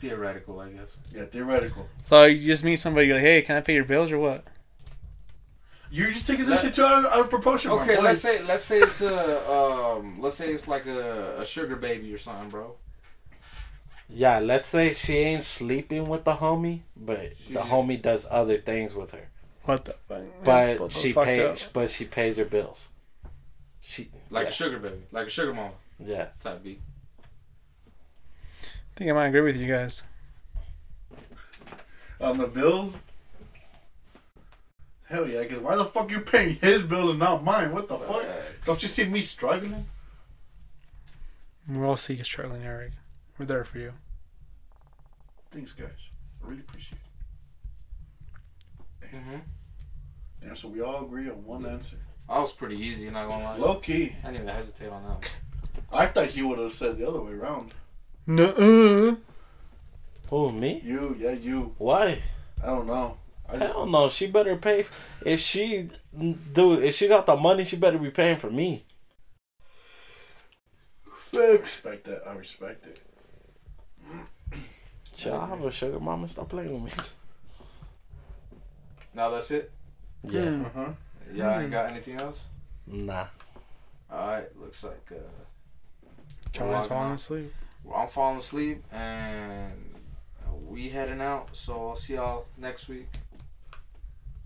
[SPEAKER 2] Theoretical, I guess.
[SPEAKER 3] Yeah, theoretical.
[SPEAKER 4] So you just meet somebody, you're like, hey, can I pay your bills or what?
[SPEAKER 3] You're just taking this
[SPEAKER 2] Let-
[SPEAKER 3] shit too out, of- out of proportion. my
[SPEAKER 2] Okay,
[SPEAKER 3] boy.
[SPEAKER 2] let's say let's say it's a um, let's say it's like a, a sugar baby or something, bro.
[SPEAKER 1] yeah, let's say she ain't sleeping with the homie, but
[SPEAKER 2] She
[SPEAKER 1] the
[SPEAKER 2] just-
[SPEAKER 1] homie does other things with her.
[SPEAKER 4] What the fuck?
[SPEAKER 1] But
[SPEAKER 4] What the
[SPEAKER 1] she
[SPEAKER 4] fuck
[SPEAKER 1] pays.
[SPEAKER 4] up?
[SPEAKER 1] But she pays her bills. She
[SPEAKER 2] Like
[SPEAKER 1] yeah,
[SPEAKER 2] a sugar baby, like a sugar mama
[SPEAKER 1] yeah.
[SPEAKER 2] type beat.
[SPEAKER 4] I think I might agree with you guys.
[SPEAKER 3] on the bills. Hell yeah, because why the fuck you paying his bills and not mine? What the fuck? Don't you see me struggling?
[SPEAKER 4] We're all seeking Charlie and Eric. We're there for you.
[SPEAKER 3] Thanks, guys. I really appreciate it.
[SPEAKER 2] Mm-hmm.
[SPEAKER 3] Yeah, so we all agree on one answer.
[SPEAKER 2] I was pretty easy, not gonna lie.
[SPEAKER 3] Low key,
[SPEAKER 2] I didn't even hesitate on that. One.
[SPEAKER 3] I thought he would have said the other way around.
[SPEAKER 4] Nuh-uh.
[SPEAKER 1] Who me?
[SPEAKER 3] You, yeah, you.
[SPEAKER 1] Why?
[SPEAKER 3] I don't know. I I just,
[SPEAKER 1] Hell no, she better pay. If she, dude, if she got the money, she better be paying for me.
[SPEAKER 3] I respect that. I respect it.
[SPEAKER 1] Shit, I have a sugar mama. Stop playing with me.
[SPEAKER 2] Now that's it.
[SPEAKER 1] Yeah,
[SPEAKER 4] Hmm.
[SPEAKER 3] Uh huh.
[SPEAKER 2] Yeah, I ain't got anything else.
[SPEAKER 1] nah.
[SPEAKER 2] All right, looks like uh,
[SPEAKER 4] Charlie's
[SPEAKER 2] Logging
[SPEAKER 4] falling
[SPEAKER 2] on.
[SPEAKER 4] asleep.
[SPEAKER 2] I'm falling asleep and we heading out. So I'll see y'all next week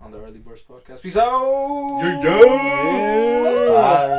[SPEAKER 2] on the Early Birds Podcast. Peace out.
[SPEAKER 3] Yo, yo!
[SPEAKER 1] Bye.